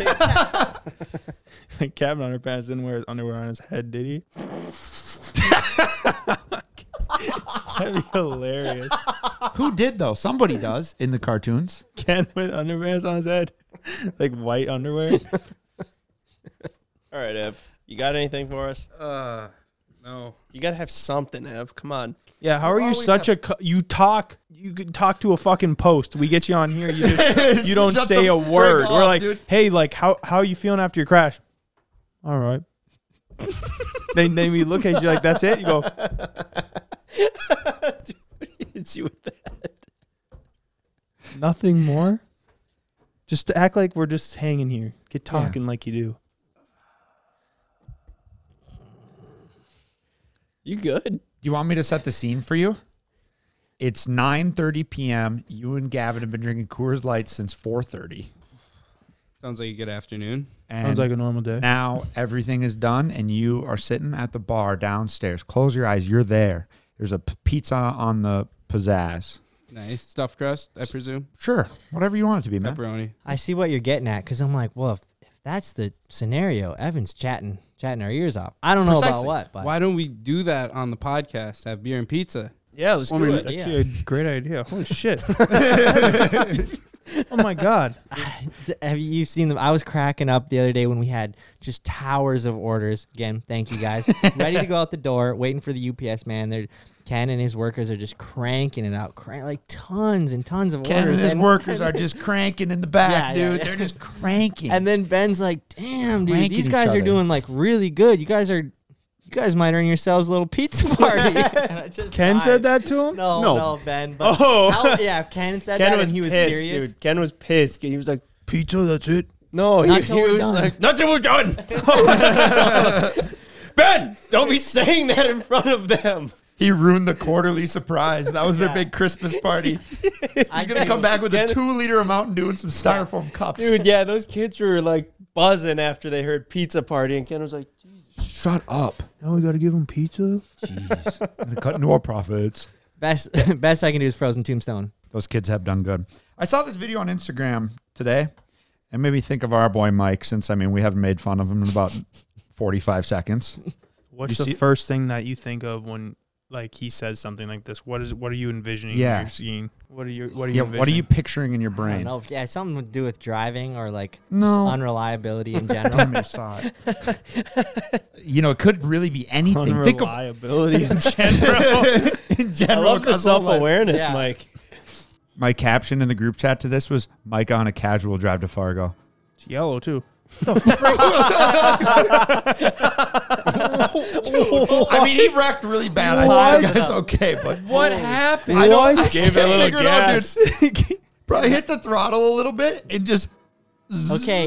S2: looked
S5: him.
S2: like. Like Captain Underpants didn't wear his underwear on his head, did he? That'd be hilarious.
S3: Who did though? Somebody does in the cartoons.
S2: Ken with underpants on his head, like white underwear.
S1: All right, Ev. You got anything for us?
S4: Uh, no.
S1: You gotta have something, Ev. Come on.
S2: Yeah, how are you such a cu- you talk you could talk to a fucking post. We get you on here, you just you don't
S3: Shut
S2: say
S3: the
S2: a
S3: frig
S2: word. We're
S3: up,
S2: like,
S3: dude.
S2: hey, like how how are you feeling after your crash? All right. then then we look at you like that's it. You go,
S1: It's you with that.
S2: Nothing more? Just to act like we're just hanging here. Get talking like you do.
S1: You good?
S3: Do you want me to set the scene for you? It's 9:30 p.m. You and Gavin have been drinking Coors Light since 4:30.
S4: Sounds like a good afternoon.
S3: And
S2: Sounds like a normal day.
S3: now everything is done and you are sitting at the bar downstairs. Close your eyes, you're there. There's a p- pizza on the pizzazz.
S4: Nice stuffed crust, I presume.
S3: Sure, whatever you want it to be, man.
S4: Pepperoni.
S5: I see what you're getting at because I'm like, well, if, if that's the scenario, Evan's chatting, chatting our ears off. I don't know
S3: Precisely.
S5: about what, but
S4: Why don't we do that on the podcast? Have beer and pizza.
S1: Yeah, let's
S6: I mean,
S1: do it.
S5: Yeah.
S2: Actually, a great idea. Holy shit. Oh my god.
S5: D- Have you seen them? I was cracking up the other day when we had just towers of orders. Again, thank you guys. Ready to go out the door, waiting for the UPS man. They're, Ken and his workers are just cranking it out, crank like tons and tons of
S3: Ken and
S5: orders.
S3: his workers are just cranking in the back,
S5: Yeah, yeah,
S3: dude.
S5: yeah.
S3: They're just cranking.
S5: and then Ben's like, "Damn, dude,
S3: Cranking
S5: these
S3: each
S5: guys are
S3: other.
S5: doing like really good. You guys are, you guys might earn yourselves a little pizza party." And I just
S2: Ken
S5: died.
S2: said that to him?
S5: No, no,
S1: No.
S5: Ben. But
S1: Oh.
S5: Al- yeah, if Ken said
S1: Ken
S5: that
S1: was
S5: and he was
S1: pissed,
S5: serious.
S1: dude. Ken was pissed. He was like,
S2: Pizza, that's it.
S1: "No, he,
S5: Not till
S1: he
S5: we're
S1: was
S5: done.
S1: like, not till we're done." ben, don't be saying that in front of them.
S3: he ruined the quarterly surprise. That was their big Christmas party.
S5: I
S3: He's gonna come
S5: think-
S3: back with a
S1: Ken-
S3: two liter of Mountain Dew and some styrofoam cups.
S1: Dude, yeah, those kids were like buzzing after they heard pizza party, and Ken was like,
S3: shut up.
S2: Now we gotta give him pizza.
S3: Jeez, cutting to our profits.
S5: Best, best I can do is Frozen Tombstone.
S3: Those kids have done good. I saw this video on Instagram today and made me think of our boy Mike since, I mean, we haven't made fun of him in about 45 seconds.
S2: What's
S3: You
S2: the
S3: see-
S2: first thing that you think of when like he says something like this? What is what are you envisioning when
S3: Yeah.
S2: you're seeing? What are you what are
S3: Yeah,
S2: you
S3: what are you picturing in your
S5: I don't
S3: brain?
S5: know. if- Yeah, something to do with driving or like just
S3: No.
S5: unreliability in general.
S3: Damn, I saw it. you know, it could really be anything. Think of
S1: unreliability in
S3: in
S1: I
S3: general.
S1: love the
S3: 'cause I'm
S1: self
S3: like-
S1: awareness,
S5: Yeah.
S1: Mike.
S3: My caption in the group chat to this was Mike on a casual drive to Fargo.
S2: It's yellow too.
S3: I mean, he wrecked really bad. I think that's okay, but
S4: What happened?
S3: I don't I
S1: Gave it a
S3: can't
S1: little
S3: figure it out, dude. Probably hit the throttle a little bit and just
S5: Okay.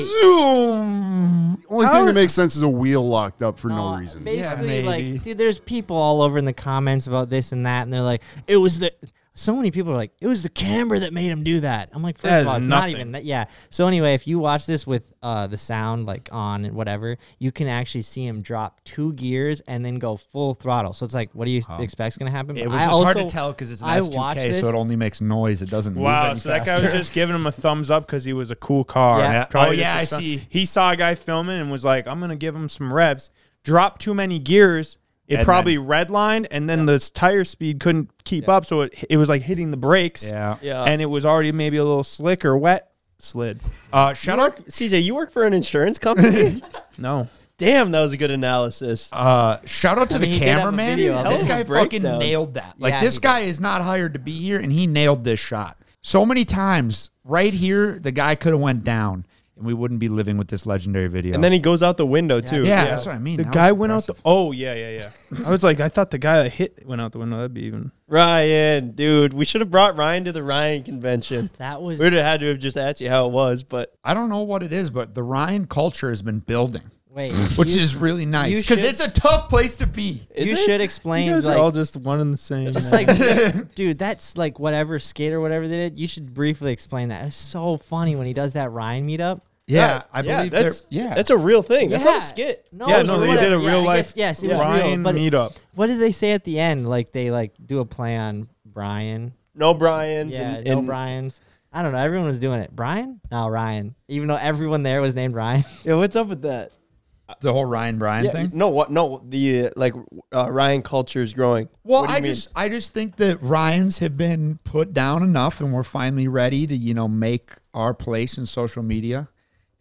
S3: zoom.
S6: The only thing that makes sense is a wheel locked up for no
S5: Uh,
S6: reason.
S5: Basically,
S3: Yeah, maybe.
S5: like, dude, there's people all over in the comments about this and that, and they're like, it was the. So many people are like, it was the camera that made him do that. I'm like, first
S2: That
S5: of all,
S2: is
S5: it's not
S2: nothing.
S5: even that. Yeah. So anyway, if you watch this with uh, the sound like on and whatever, you can actually see him drop two gears and then go full throttle. So it's like, what do you expect's gonna happen?
S3: It
S5: But
S3: was
S5: I
S3: just hard to
S5: also-
S3: tell because it's an
S5: I watched
S3: S2K, so
S5: this-
S3: it only makes noise. It doesn't move.
S2: Wow,
S3: any
S2: so that guy was
S3: faster.
S2: just giving him a thumbs up because he was a cool car.
S5: Yeah.
S3: Yeah.
S2: Probably
S3: Oh, yeah,
S2: just a
S3: I
S2: thumb-
S3: see.
S2: He saw a guy filming and was like, "I'm gonna give him some revs." Dropped too many gears. It
S3: And
S2: probably redlined, and then the tire speed couldn't keep up, so it it was like hitting the brakes.
S3: Yeah.
S1: Yeah.
S2: and it was already maybe a little slick or wet. Slid.
S3: Uh, shout out.
S1: CJ, you work for an insurance company?
S2: No.
S1: Damn, that was a good analysis.
S3: Uh, shout out to
S5: mean,
S3: the
S5: he did have a
S3: cameraman.
S5: video of
S1: it.
S3: This
S1: Hell
S3: guy
S1: of a
S3: fucking
S1: breakdown.
S3: nailed that. Like
S5: Yeah,
S3: this
S5: he
S3: guy is not hired to be here, and he nailed this shot. So many times, right here, the guy could have went down, and we wouldn't be living with this legendary video.
S1: And then he goes out the window too.
S3: yeah, that's what I mean.
S2: The
S3: That was
S2: guy went out the.
S3: impressive.
S2: Oh yeah, yeah, yeah. I was like, I thought the guy that hit went out the window. That'd be even.
S1: Ryan, dude, we should have brought Ryan to the Ryan convention.
S5: That was.
S1: We'd have had to have just asked you how it was, but
S3: I don't know what it is, but the Ryan culture has been building,
S5: Wait.
S3: which
S5: you,
S3: is really nice
S5: you
S3: because
S5: should-
S3: it's a tough place to be.
S1: is
S5: you
S1: it?
S5: should explain. like,
S2: just one and the same.
S5: Just like, dude, that's like whatever skate or whatever they did. You should briefly explain that. It's so funny when he does that Ryan meetup.
S3: Yeah, I
S1: Yeah,
S3: believe. they're-
S1: that's
S3: yeah,
S1: that's a real thing. That's not
S5: Yeah.
S1: a skit.
S5: No,
S2: yeah,
S5: it
S2: no,
S5: was
S2: they
S5: whatever.
S2: did a
S5: Yeah,
S2: real
S5: I
S2: life.
S5: guess- yes, it was
S2: Ryan
S5: real. But
S2: meetup.
S5: what did they say at the end? Like they like do a play on Brian.
S1: No Brian's
S5: Yeah,
S1: and,
S5: no
S1: and-
S5: Brian's. I don't know. Everyone was doing it. Brian? No, Ryan. Even though everyone there was named Ryan.
S1: Yeah, what's up with that?
S3: the whole Ryan Bryan
S1: Yeah,
S3: thing.
S1: no, what? No, the uh, like uh, Ryan culture is growing.
S3: Well,
S1: What do you
S3: I
S1: mean?
S3: just I just think that Ryan's have been put down enough, and we're finally ready to you know make our place in social media.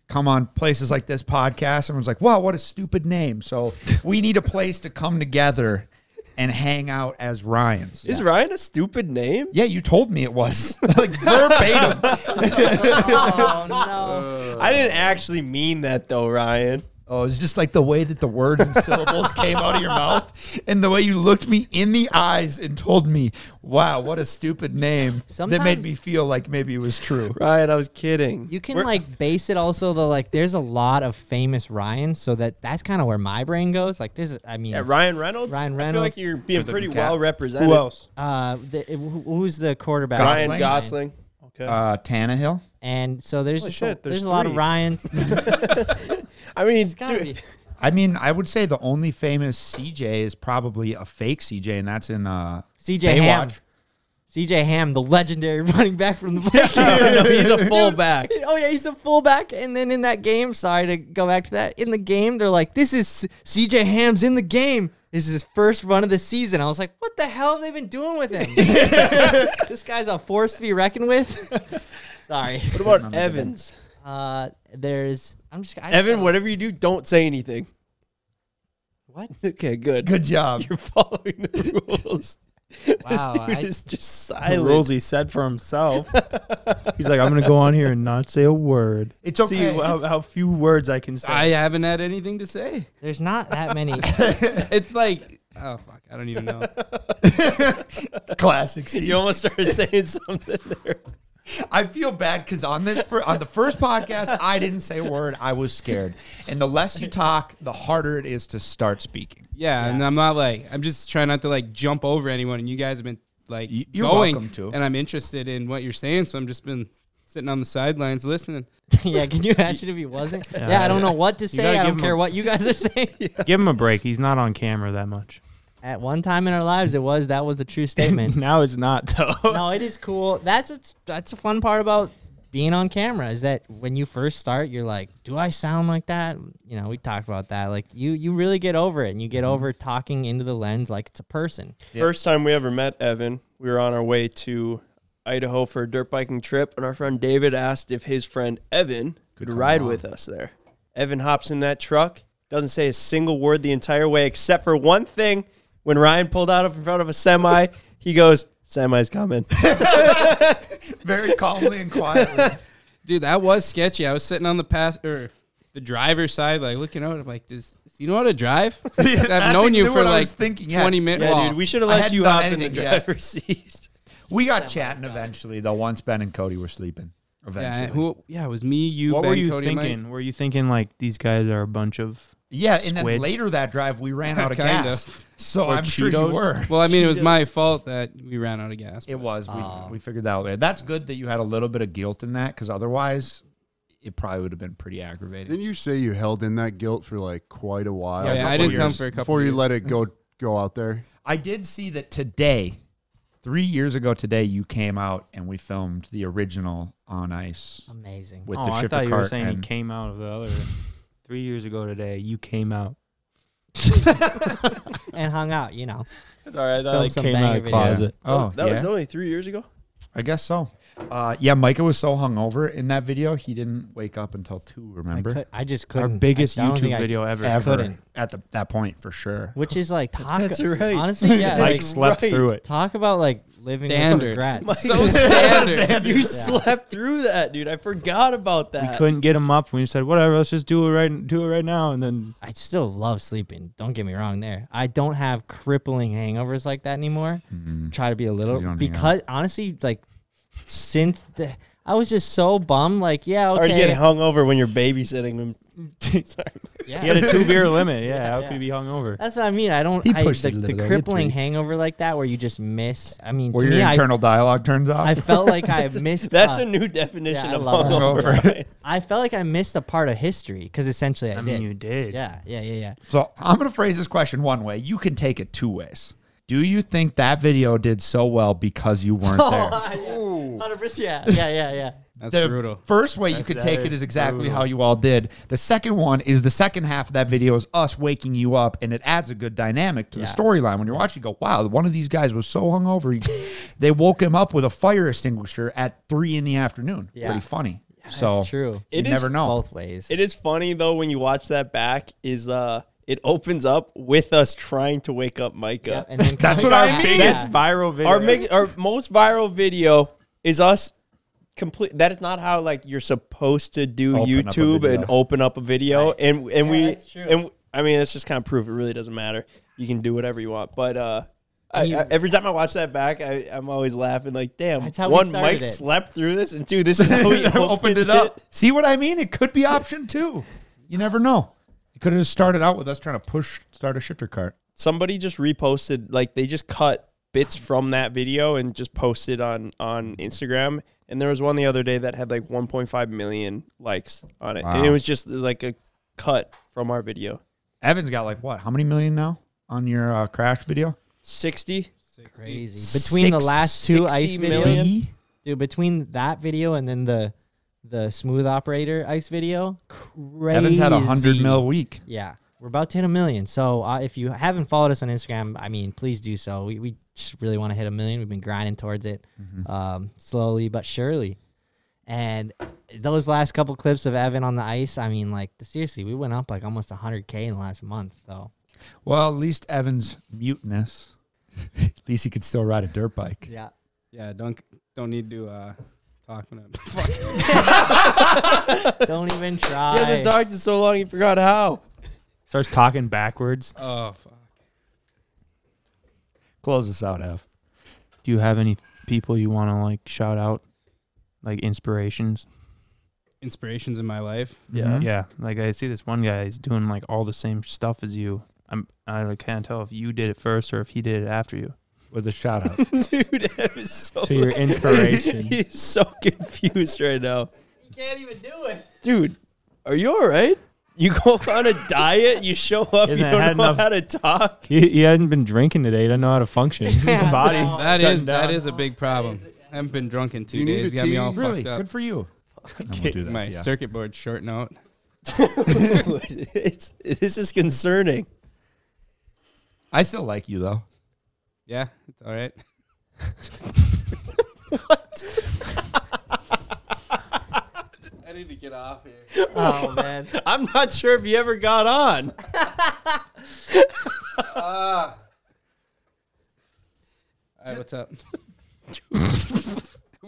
S3: Come on, places like this podcast, everyone's like, "Wow, what a stupid name!" So we need a place to come together and hang out as Ryan's.
S1: is Ryan a stupid name?
S3: Yeah, you told me it was like verbatim.
S5: oh no.
S1: I didn't actually mean that though, Ryan.
S3: Oh, it's just like the way that the words and syllables came out of your mouth, and the way you looked me in the eyes and told me, "Wow, what a stupid name!" that made
S5: Sometimes-
S3: me feel like maybe it was true.
S1: Ryan, I was kidding.
S5: You can
S1: We're-
S5: like base it also though like there's a lot of famous Ryans, so that that's kind of where my brain goes. Like this is I mean
S1: Yeah,
S2: Hmm.
S1: Ryan Reynolds.
S5: Ryan
S1: I feel
S5: Reynolds.
S1: like you're being pretty
S3: cap.
S1: well represented.
S2: Who else?
S5: uh the, who- who's the quarterback?
S1: Ryan
S3: Gosling?
S1: Gosling.
S2: Okay.
S3: Uh, Tannehill.
S5: And so there's
S2: Holy
S5: just a,
S2: shit,
S5: there's,
S2: there's
S5: a lot of
S2: three.
S5: Ryans.
S1: I mean,
S5: Gotta
S1: dude,
S5: be.
S3: I mean, I would say the only famous CJ is probably a fake CJ, and that's in uh,
S5: CJ Ham.
S3: Baywatch.
S5: CJ Ham, the legendary running back from the Vikings.
S1: he's a fullback.
S5: oh yeah, he's a fullback. And then in that game, sorry to go back to that. In the game, they're like, "This is CJ Ham's in the game." This is his first run of the season. I was like, "What the hell have they been doing with him? this guy's a force to be reckoned with." Sorry.
S1: What about Evans?
S5: Uh, there's. I'm just. I just
S1: Evan,
S5: don't-
S1: whatever you do, don't say anything.
S5: What?
S1: Okay, good.
S3: Good job.
S1: You're following the rules. this
S5: Wow,
S1: dude
S5: I-
S1: is just
S2: The
S1: silent.
S2: rules he said for himself. He's like, I'm gonna go on here and not say a word.
S3: It's okay.
S2: See how, how few words I can say.
S4: I haven't had anything to say.
S5: There's not that many.
S4: It's like, oh fuck, I don't even know.
S3: Classic. Steve.
S1: You almost started saying something there.
S3: I feel bad because on this fir- on the first podcast, I didn't say a word. I was scared. And the less you talk, the harder it is to start speaking.
S4: Yeah, and I'm not like I'm just trying not to like jump over anyone. And you guys have been like
S3: Y- you're
S4: going,
S3: welcome to.
S4: and I'm interested in what you're saying, so I'm just been sitting on the sidelines listening.
S5: yeah, can you imagine if he wasn't? Yeah, I don't know what to say.
S2: gotta
S5: I
S2: give
S5: don't
S2: him
S5: care
S2: a-
S5: what you guys are saying.
S2: Give him a break. He's not on camera that much.
S5: At one time in our lives, it was that was a true statement.
S2: Now it's not though.
S5: no, it is cool. That's what's that's a fun part about being on camera is that when you first start, you're like, "Do I sound like that?" You know, we talked about that. Like you, you really get over it, and you get
S2: Mm-hmm.
S5: over talking into the lens like it's a person.
S1: First time we ever met Evan, we were on our way to Idaho for a dirt biking trip, and our friend David asked if his friend Evan could ride with us there. Evan hops in that truck, doesn't say a single word the entire way, except for one thing. When Ryan pulled out of in front of a semi, he goes, "Semi's coming."
S3: Very calmly and quietly.
S4: Dude, that was sketchy. I was sitting on the pass or the driver's side, like looking out. I'm like, does, does he know how to drive? I've
S3: That's
S4: known you
S3: exactly
S4: for
S3: what I
S4: like
S3: was thinking, yeah.
S4: 20 minutes.
S1: Yeah, dude, we should have
S3: I
S1: let
S3: hadn't
S1: you
S3: done
S1: hop in the
S3: anything yet.
S1: driver's seat.
S3: We got chatting eventually, though, once Ben and Cody were sleeping.
S4: yeah,
S3: Eventually. Yeah,
S4: who, yeah, it was me, you,
S2: what
S4: Ben,
S2: were you
S4: Cody, and Mike.
S2: thinking? Were you thinking like these guys are a bunch of?
S3: and then
S2: Squid.
S3: later that drive, we ran out of
S4: Kinda.
S3: gas. So
S2: Or
S3: I'm sure you
S2: Cheetos.
S3: were.
S4: Well, I mean, it was my fault that we ran out of gas.
S3: It was. We, we figured that out later. That's good that you had a little bit of guilt in that because otherwise, it probably would have been pretty aggravating.
S6: Didn't you say you held in that guilt for like quite a while?
S4: Yeah, yeah, I
S6: before
S4: didn't tell
S6: you-
S4: him for a couple
S6: Before you
S4: years.
S6: let it go go out there.
S3: I did see that today, three years ago today, you came out and we filmed the original on ice
S5: Amazing.
S3: with
S2: oh,
S3: the
S2: I
S3: shifter
S2: thought you
S3: cart.
S2: were saying he
S3: and-
S2: came out of the other. Three years ago today, you came out.
S5: and hung out, you know.
S1: Sorry, I thought
S5: Filmed
S1: like,
S5: some
S2: came out of
S5: banger
S2: the
S5: videos.
S2: closet.
S3: oh,
S1: that was
S3: yeah?
S1: only three years ago.
S3: I guess so. Uh, yeah, Micah was so hungover in that video, he didn't wake up until two.
S5: I,
S3: Remember,
S5: could, I just
S2: Our
S5: couldn't.
S2: biggest
S5: I don't think
S2: YouTube
S5: I-
S2: video ever.
S3: ever
S5: couldn't.
S3: at the that point for sure.
S5: which is like talk.
S1: That's right.
S5: Honestly, yeah.
S2: Mike
S5: like,
S2: slept
S1: right.
S2: through it.
S5: talk about like living with
S4: Standard.
S5: regrets.
S4: So standard.
S1: You slept through that, dude. I forgot about that.
S5: Uh,
S2: We couldn't get him up. We said, whatever, let's just do it right, do it right now, and then
S5: I still love sleeping. Don't get me wrong there. I don't have crippling hangovers like that anymore. Try to be a
S3: Mm-hmm. You
S5: little
S3: don't hang
S5: because honestly, like since the, I was just so bummed. Like, yeah,
S1: Or you get
S5: okay,
S1: hung over when you're babysitting them. Sorry.
S5: yeah.
S2: he had a two beer limit. Yeah, how could
S5: yeah.
S2: he be hungover?
S5: That's what I mean. I don't.
S3: He
S5: I,
S3: pushed
S5: the,
S3: it a little
S5: the
S3: though, he had
S5: crippling
S3: three.
S5: hangover like that, where you just miss. I mean,
S3: Where
S5: to
S3: your
S5: me, I,
S3: internal dialogue turns off.
S5: I felt like I missed.
S1: That's
S5: a-
S1: a new definition
S5: yeah, I
S1: of
S5: love that.
S1: hungover. right?
S5: I felt like I missed a part of history because essentially I,
S2: I
S5: did.
S2: mean, you did.
S5: yeah, yeah, yeah, yeah.
S3: So I'm going to phrase this question one way. You can take it two ways. Do you think that video did so well because you
S5: Oh,
S3: weren't there?
S5: Hundred percent. Yeah, yeah, yeah, yeah.
S4: That's
S3: The
S4: brutal.
S3: first way you could
S2: that
S3: take it
S2: is
S3: is exactly how you all did. The second one is the second half of that video is us waking you up, and it adds a good dynamic to the
S5: Yeah.
S3: storyline. When you're watching, you go, wow, one of these guys was so hungover. he- they woke him up with a fire extinguisher at three in the afternoon.
S5: Yeah.
S3: Pretty funny. so
S5: That's true.
S3: You
S1: It is
S3: never know.
S5: Both ways.
S1: It is funny though when you watch that back. Is uh, it opens up with us trying to wake up Micah.
S5: and then
S3: That's
S5: coming
S3: what I
S5: back.
S3: mean.
S2: Biggest viral video.
S1: Our mig- our most viral video is us complete. That is not how like you're supposed to do
S3: Open up a
S1: YouTube and
S3: video.
S1: open up a video. And and we
S5: that's true.
S1: and I mean it's just kind of proof. It really doesn't matter. You can do whatever you want. But uh, I, I, every time I watch that back, I, I'm always laughing. Like, damn,
S5: That's how we
S1: one
S5: started
S1: Mike
S5: it.
S1: slept through this, and two, this is how we
S3: opened it up. See what I mean? It could be option two. You never know. It could have just started out with us trying to push start a shifter cart.
S1: somebody just reposted like they just cut bits from that video and just posted on on Instagram and there was one the other day that had like 1.5 million likes on it and it
S3: Wow.
S1: was just like a cut from our video
S3: Evan's got like what? How many million now on your uh, crash video?
S1: 60
S5: Crazy. Between the
S3: Six-
S5: last two
S1: 60
S5: ice
S1: million?
S5: videos, dude. Between that video and then the the smooth operator ice video, crazy.
S3: Evan's had a hundred mil week.
S5: Yeah, we're about to hit a million. So uh, if you haven't followed us on Instagram, I mean, please do so. We
S3: Mm-hmm.
S5: we just really want to hit a million. We've been grinding towards it, um, slowly but surely. And those last couple clips of Evan on the ice, I mean, like seriously, we went up like almost 100k in the last month. So
S3: Well, at least Evan's mutinous. at least he could still ride a dirt bike.
S5: yeah,
S4: Yeah, don't don't need to uh, talk when I'm
S5: don't even
S1: He hasn't
S5: try.
S1: talked in so long, he forgot how.
S2: Starts talking backwards.
S4: Oh, fuck.
S3: Close us out, Ev.
S2: Do you have any people you want to like shout out, like inspirations?
S4: Inspirations in my life.
S3: Yeah.
S2: Yeah, like I see this one guy is doing like all the same stuff as you. I'm I can't tell if you did it first or if he did it after you.
S3: With a shout out.
S1: Dude, that was so
S2: To your inspiration.
S1: He's so confused right now.
S5: You can't even do it.
S1: Dude, are you all right? You go on a diet, you show up,
S2: Isn't
S1: you
S2: it
S1: don't know
S2: had enough-
S1: how to talk.
S2: He, he hasn't been drinking today. He doesn't know how to function. His
S5: Yeah,
S2: body's
S5: no.
S4: That
S2: shutting
S4: is that
S2: down.
S4: is a big problem. I haven't been drunk in two
S6: you need
S4: days.
S6: a
S4: Got me
S6: tea?
S4: all
S3: really?
S4: fucked up.
S3: Good for you. I won't do that
S4: my
S3: to ya.
S4: circuit board short note.
S1: Dude, it's, this is concerning.
S3: I still like you, though.
S4: Yeah, it's all right. what? I need to get off here.
S5: Oh man,
S1: I'm not sure if you ever got on.
S4: All right, what's up? Are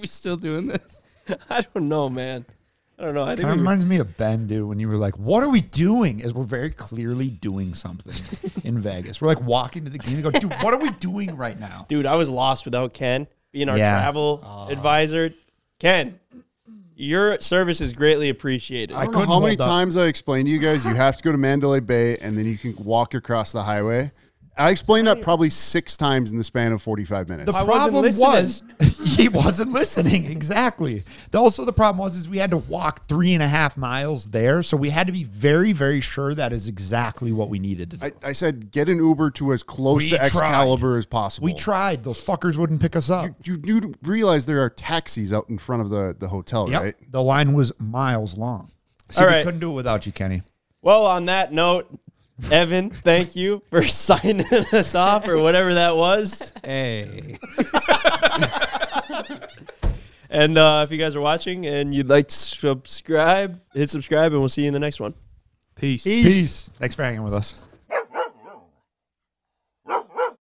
S4: we still doing this?
S1: I don't know, man. I don't know. I think
S3: Kind of
S1: we were-
S3: reminds me of Ben, dude, when you were like, What are we doing? As we're very clearly doing something in Vegas. We're like walking to the game and go, Dude, what are we doing right now?
S1: dude, I was lost without Ken being our
S3: Yeah.
S1: travel advisor. Ken, your service is greatly appreciated.
S6: I
S3: don't
S6: don't
S3: know
S6: know how many
S3: hold up.
S6: times I explained to you guys you have to go to Mandalay Bay and then you can walk across the highway. I explained that probably six times in the span of 45 minutes.
S3: The
S1: I wasn't
S3: problem
S1: listening.
S3: was he wasn't listening. Exactly. The- also, the problem was is we had to walk three and a half miles there, so we had to be very, very sure that is exactly what we needed to do.
S6: I, I said get an Uber to as close
S3: We
S6: to
S3: tried.
S6: Excalibur as possible.
S3: we tried. Those fuckers wouldn't pick us up.
S6: You do realize there are taxis out in front of the, the hotel,
S3: Yep.
S6: right?
S3: The line was miles long. So
S1: All
S3: we
S1: right.
S3: couldn't do it without you, Kenny.
S1: Well, on that note, Evan, thank you for signing us off or whatever that was.
S4: Hey.
S1: And uh, if you guys are watching and you'd like to subscribe, hit subscribe, and we'll see you in the next one.
S2: Peace.
S3: Peace. Thanks for hanging with us.